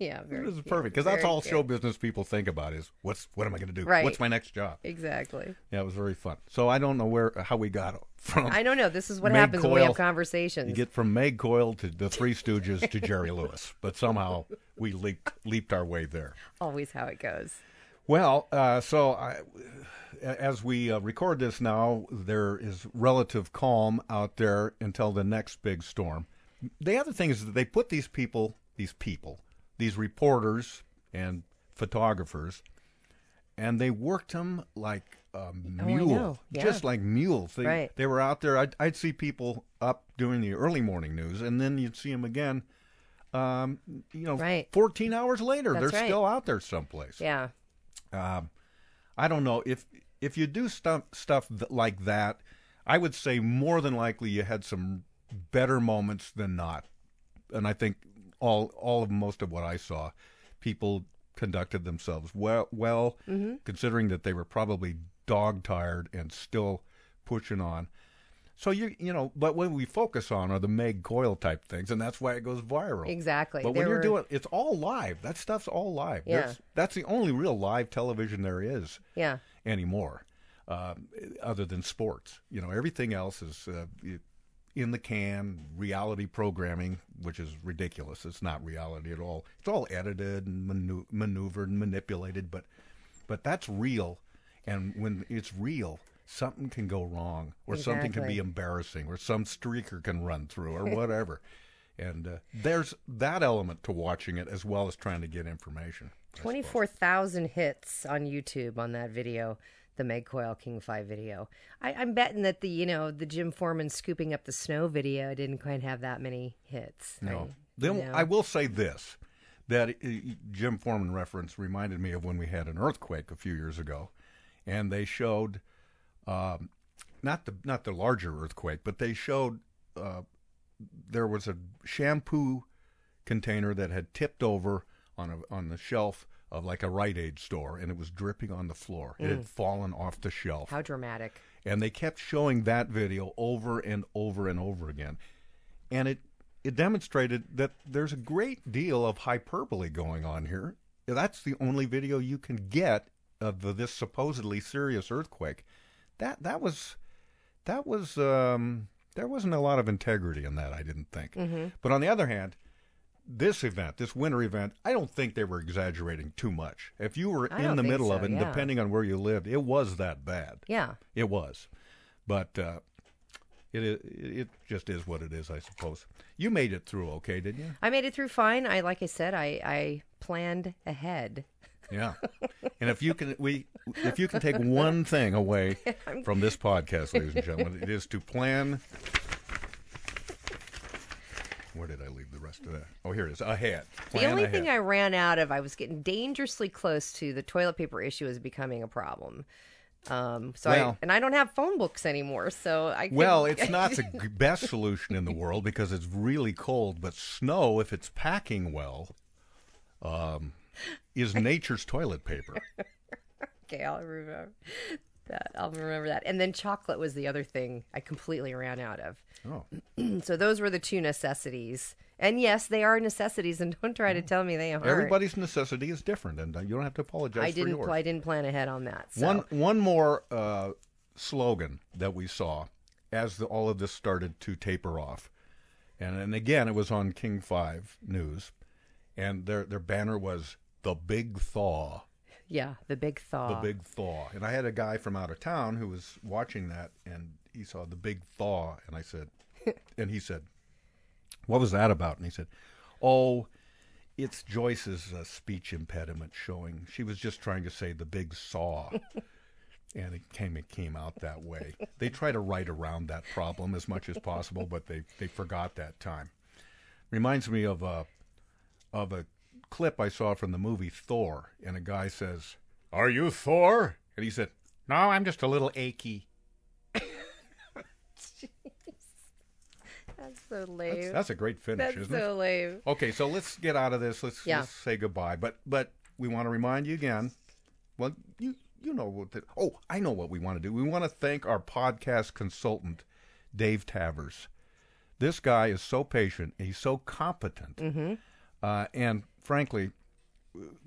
Speaker 5: Yeah. Very
Speaker 13: This is
Speaker 5: cute,
Speaker 13: perfect because that's
Speaker 5: very
Speaker 13: all
Speaker 5: cute.
Speaker 13: show business people think about is what's what am I going to do?
Speaker 5: Right.
Speaker 13: What's my next job?
Speaker 5: Exactly.
Speaker 13: Yeah, it was very fun. So I don't know where how we got from.
Speaker 5: I don't know. This is what
Speaker 13: Meg
Speaker 5: happens when we
Speaker 13: Coyle-
Speaker 5: have conversations.
Speaker 13: Um, You get from Meg Coyle to the Three Stooges to Jerry Lewis, but somehow we leaped leaped our way there.
Speaker 5: Always how it goes.
Speaker 13: Well, uh, so I, as we uh, record this now, there is relative calm out there until the next big storm. The other thing is that they put these people, these people, these reporters and photographers, and they worked them like a
Speaker 5: Oh, I
Speaker 13: mule,
Speaker 5: know. Yeah.
Speaker 13: just like mules. They,
Speaker 5: Right.
Speaker 13: they were out there. I'd, I'd see people up during the early morning news, and then you'd see them again. Um, you know, 14 hours later,
Speaker 5: That's
Speaker 13: they're
Speaker 5: right.
Speaker 13: still out there someplace.
Speaker 5: Yeah.
Speaker 13: Um, I don't know if if you do stuff stuff th- like that, I would say more than likely you had some better moments than not, and I think all all of most of what I saw, people conducted themselves well well,
Speaker 5: Mm-hmm.
Speaker 22: Mhm.
Speaker 13: considering that they were probably dog tired and still pushing on. So you you know, but what we focus on are the Meg Coyle type things, and that's why it goes viral.
Speaker 5: Exactly.
Speaker 13: But
Speaker 5: There
Speaker 13: when you're
Speaker 5: were-
Speaker 13: doing it's all live. That stuff's all live.
Speaker 5: Yeah.
Speaker 13: There's- that's the only real live television there is
Speaker 5: Yeah.
Speaker 13: anymore, um, other than sports. You know, everything else is uh, in the can, reality programming, which is ridiculous. It's not reality at all. It's all edited and manu- maneuvered and manipulated, but but that's real. And when it's real, something can go wrong, or something can
Speaker 22: Exactly.
Speaker 13: be embarrassing, or some streaker can run through, or whatever. and uh, there's that element to watching it as well as trying to get information.
Speaker 5: 24,000 hits on YouTube on that video, the Meg Coyle King 5 video. I, I'm betting that the, you know, the Jim Foreman scooping up the snow video didn't quite have that many hits.
Speaker 13: No.
Speaker 5: right?
Speaker 13: Then
Speaker 5: No.
Speaker 13: I will say this that uh, Jim Foreman reference reminded me of when we had an earthquake a few years ago, and they showed um, not the not the larger earthquake, but they showed uh, there was a shampoo container that had tipped over on a on the shelf of like a Rite Aid store, and it was dripping on the floor. It
Speaker 5: Mm.
Speaker 13: had fallen off the shelf.
Speaker 5: How dramatic.
Speaker 13: and they kept showing that video over and over and over again and it it demonstrated that there's a great deal of hyperbole going on here that's the only video you can get of the, this supposedly serious earthquake that that was that was um there wasn't a lot of integrity in that i didn't think
Speaker 5: Mm-hmm.
Speaker 22: Mhm.
Speaker 13: but on the other hand this event this winter event i don't think they were exaggerating too much if you were
Speaker 5: I
Speaker 13: in
Speaker 5: don't
Speaker 13: the
Speaker 5: think
Speaker 13: middle
Speaker 5: so,
Speaker 13: of it and
Speaker 5: yeah.
Speaker 13: depending on where you lived it was that bad
Speaker 5: Yeah.
Speaker 13: it was, but uh, it i- it just is what it is, I suppose. You made it through okay, didn't you?
Speaker 5: I made it through fine. I, like I said, I, I planned ahead.
Speaker 13: Yeah. And if you can we if you can take one thing away from this podcast, ladies and gentlemen, it is to plan where did I leave the rest of that? Oh, here it is. Ahead. Plan
Speaker 5: the only
Speaker 13: ahead.
Speaker 5: thing I ran out of, I was getting dangerously close to the toilet paper issue is becoming a problem. Um, so I,
Speaker 13: Well-
Speaker 5: and I don't have phone books anymore, so I couldn't-
Speaker 13: Well, it's not the g- best solution in the world because it's really cold, but snow, if it's packing well, um, is nature's toilet paper.
Speaker 5: okay, I'll remember that. I'll remember that. And then chocolate was the other thing I completely ran out of.
Speaker 13: Oh.
Speaker 5: so those were the two necessities. And yes, they are necessities, and don't try to tell me they aren't.
Speaker 13: Everybody's necessity is different, and uh, you don't have to apologize
Speaker 5: I
Speaker 13: for
Speaker 5: didn't.
Speaker 13: yours.
Speaker 5: I didn't plan ahead on that. So.
Speaker 13: One one more uh, slogan that we saw as the, all of this started to taper off, and and again it was on King Five News, and their their banner was the Big Thaw,
Speaker 5: Yeah, the big thaw.
Speaker 13: the Big Thaw, and I had a guy from out of town who was watching that, and he saw the Big Thaw, and I said, and he said, "What was that about?" And he said, "Oh." It's Joyce's uh, speech impediment showing. She was just trying to say the big saw and it came it came out that way. they try to write around that problem as much as possible, but they they forgot that time. Reminds me of a of a clip I saw from the movie Thor, and a guy says, "Are you Thor?" And he said, "No, I'm just a little achy."
Speaker 5: That's so lame.
Speaker 13: That's, that's a great finish,
Speaker 5: That's
Speaker 13: isn't
Speaker 5: so
Speaker 13: it?
Speaker 5: lame.
Speaker 13: Okay, so let's get out of this. Let's,
Speaker 5: Yeah.
Speaker 13: let's say goodbye. But but we want to remind you again. Well, you you know what? The, oh, I know what we want to do. We want to thank our podcast consultant, Dave Tavers. This guy is so patient. He's so competent.
Speaker 5: Mm-hmm.
Speaker 13: Uh, and frankly,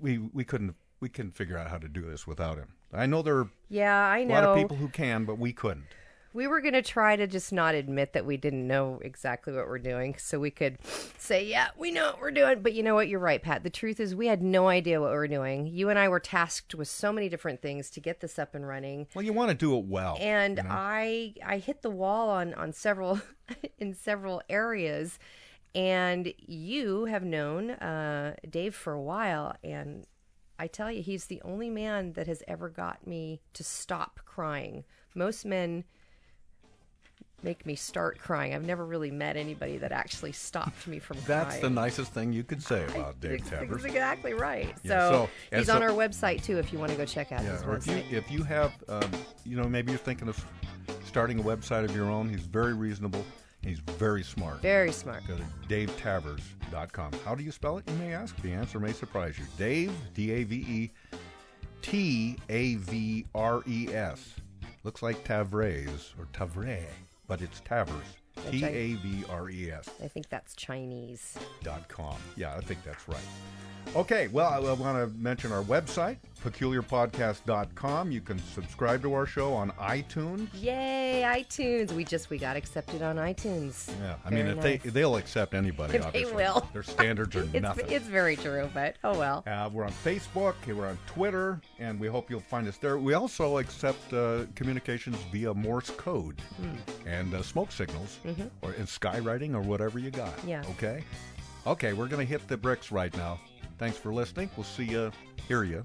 Speaker 13: we we couldn't we couldn't figure out how to do this without him. I know there are
Speaker 5: Yeah, I
Speaker 13: a
Speaker 5: know.
Speaker 13: lot of people who can, but we couldn't.
Speaker 5: We were going to try to just not admit that we didn't know exactly what we're doing so we could say, yeah, we know what we're doing. But you know what? You're right, Pat. The truth is, we had no idea what we were doing. You and I were tasked with so many different things to get this up and running.
Speaker 13: Well, you want to do it well.
Speaker 5: and
Speaker 13: you know?
Speaker 5: I I hit the wall on on several in several areas, and you have known uh, Dave for a while, and I tell you, he's the only man that has ever got me to stop crying. Most men make me start crying. I've never really met anybody that actually stopped me from
Speaker 13: That's
Speaker 5: crying.
Speaker 13: the nicest thing you could say about Dave
Speaker 5: That's
Speaker 13: Tavers.
Speaker 5: exactly right.
Speaker 13: Yeah,
Speaker 5: so,
Speaker 13: so- and
Speaker 5: he's on
Speaker 13: so-
Speaker 5: our website too if you want to go check out his
Speaker 13: Yeah, or if
Speaker 5: website.
Speaker 13: you if you have, um, you know, maybe you're thinking of starting a website of your own. He's very reasonable. He's very smart.
Speaker 5: Very smart.
Speaker 13: Go to davetavers.com. How do you spell it? You may ask. The answer may surprise you. Dave D A V E T A V R E S. Looks like Tavres or Tavre, but it's Tavers.
Speaker 5: right.
Speaker 13: T A V R E S
Speaker 5: I think that's Chinese.
Speaker 13: dot com. Yeah, I think that's right. Okay, well, I, want to mention our website, peculiarpodcast.com. You can subscribe to our show on iTunes.
Speaker 5: Yay, iTunes. We just we got accepted on iTunes.
Speaker 13: Yeah, I
Speaker 5: Very
Speaker 13: mean, if
Speaker 5: nice.
Speaker 13: they they'll accept anybody.
Speaker 5: They
Speaker 13: obviously.
Speaker 5: will.
Speaker 13: Their standards are
Speaker 5: it's,
Speaker 13: nothing.
Speaker 5: it's very true, but oh well.
Speaker 13: Uh, we're on Facebook, and we're on Twitter, and we hope you'll find us there. We also accept uh, communications via Morse code
Speaker 5: Hmm.
Speaker 13: and uh, smoke signals,
Speaker 5: Mhm.
Speaker 13: or and skywriting, or whatever you got.
Speaker 5: Yeah.
Speaker 13: Okay. Okay, we're gonna hit the bricks right now. Thanks for listening. We'll see you, hear you,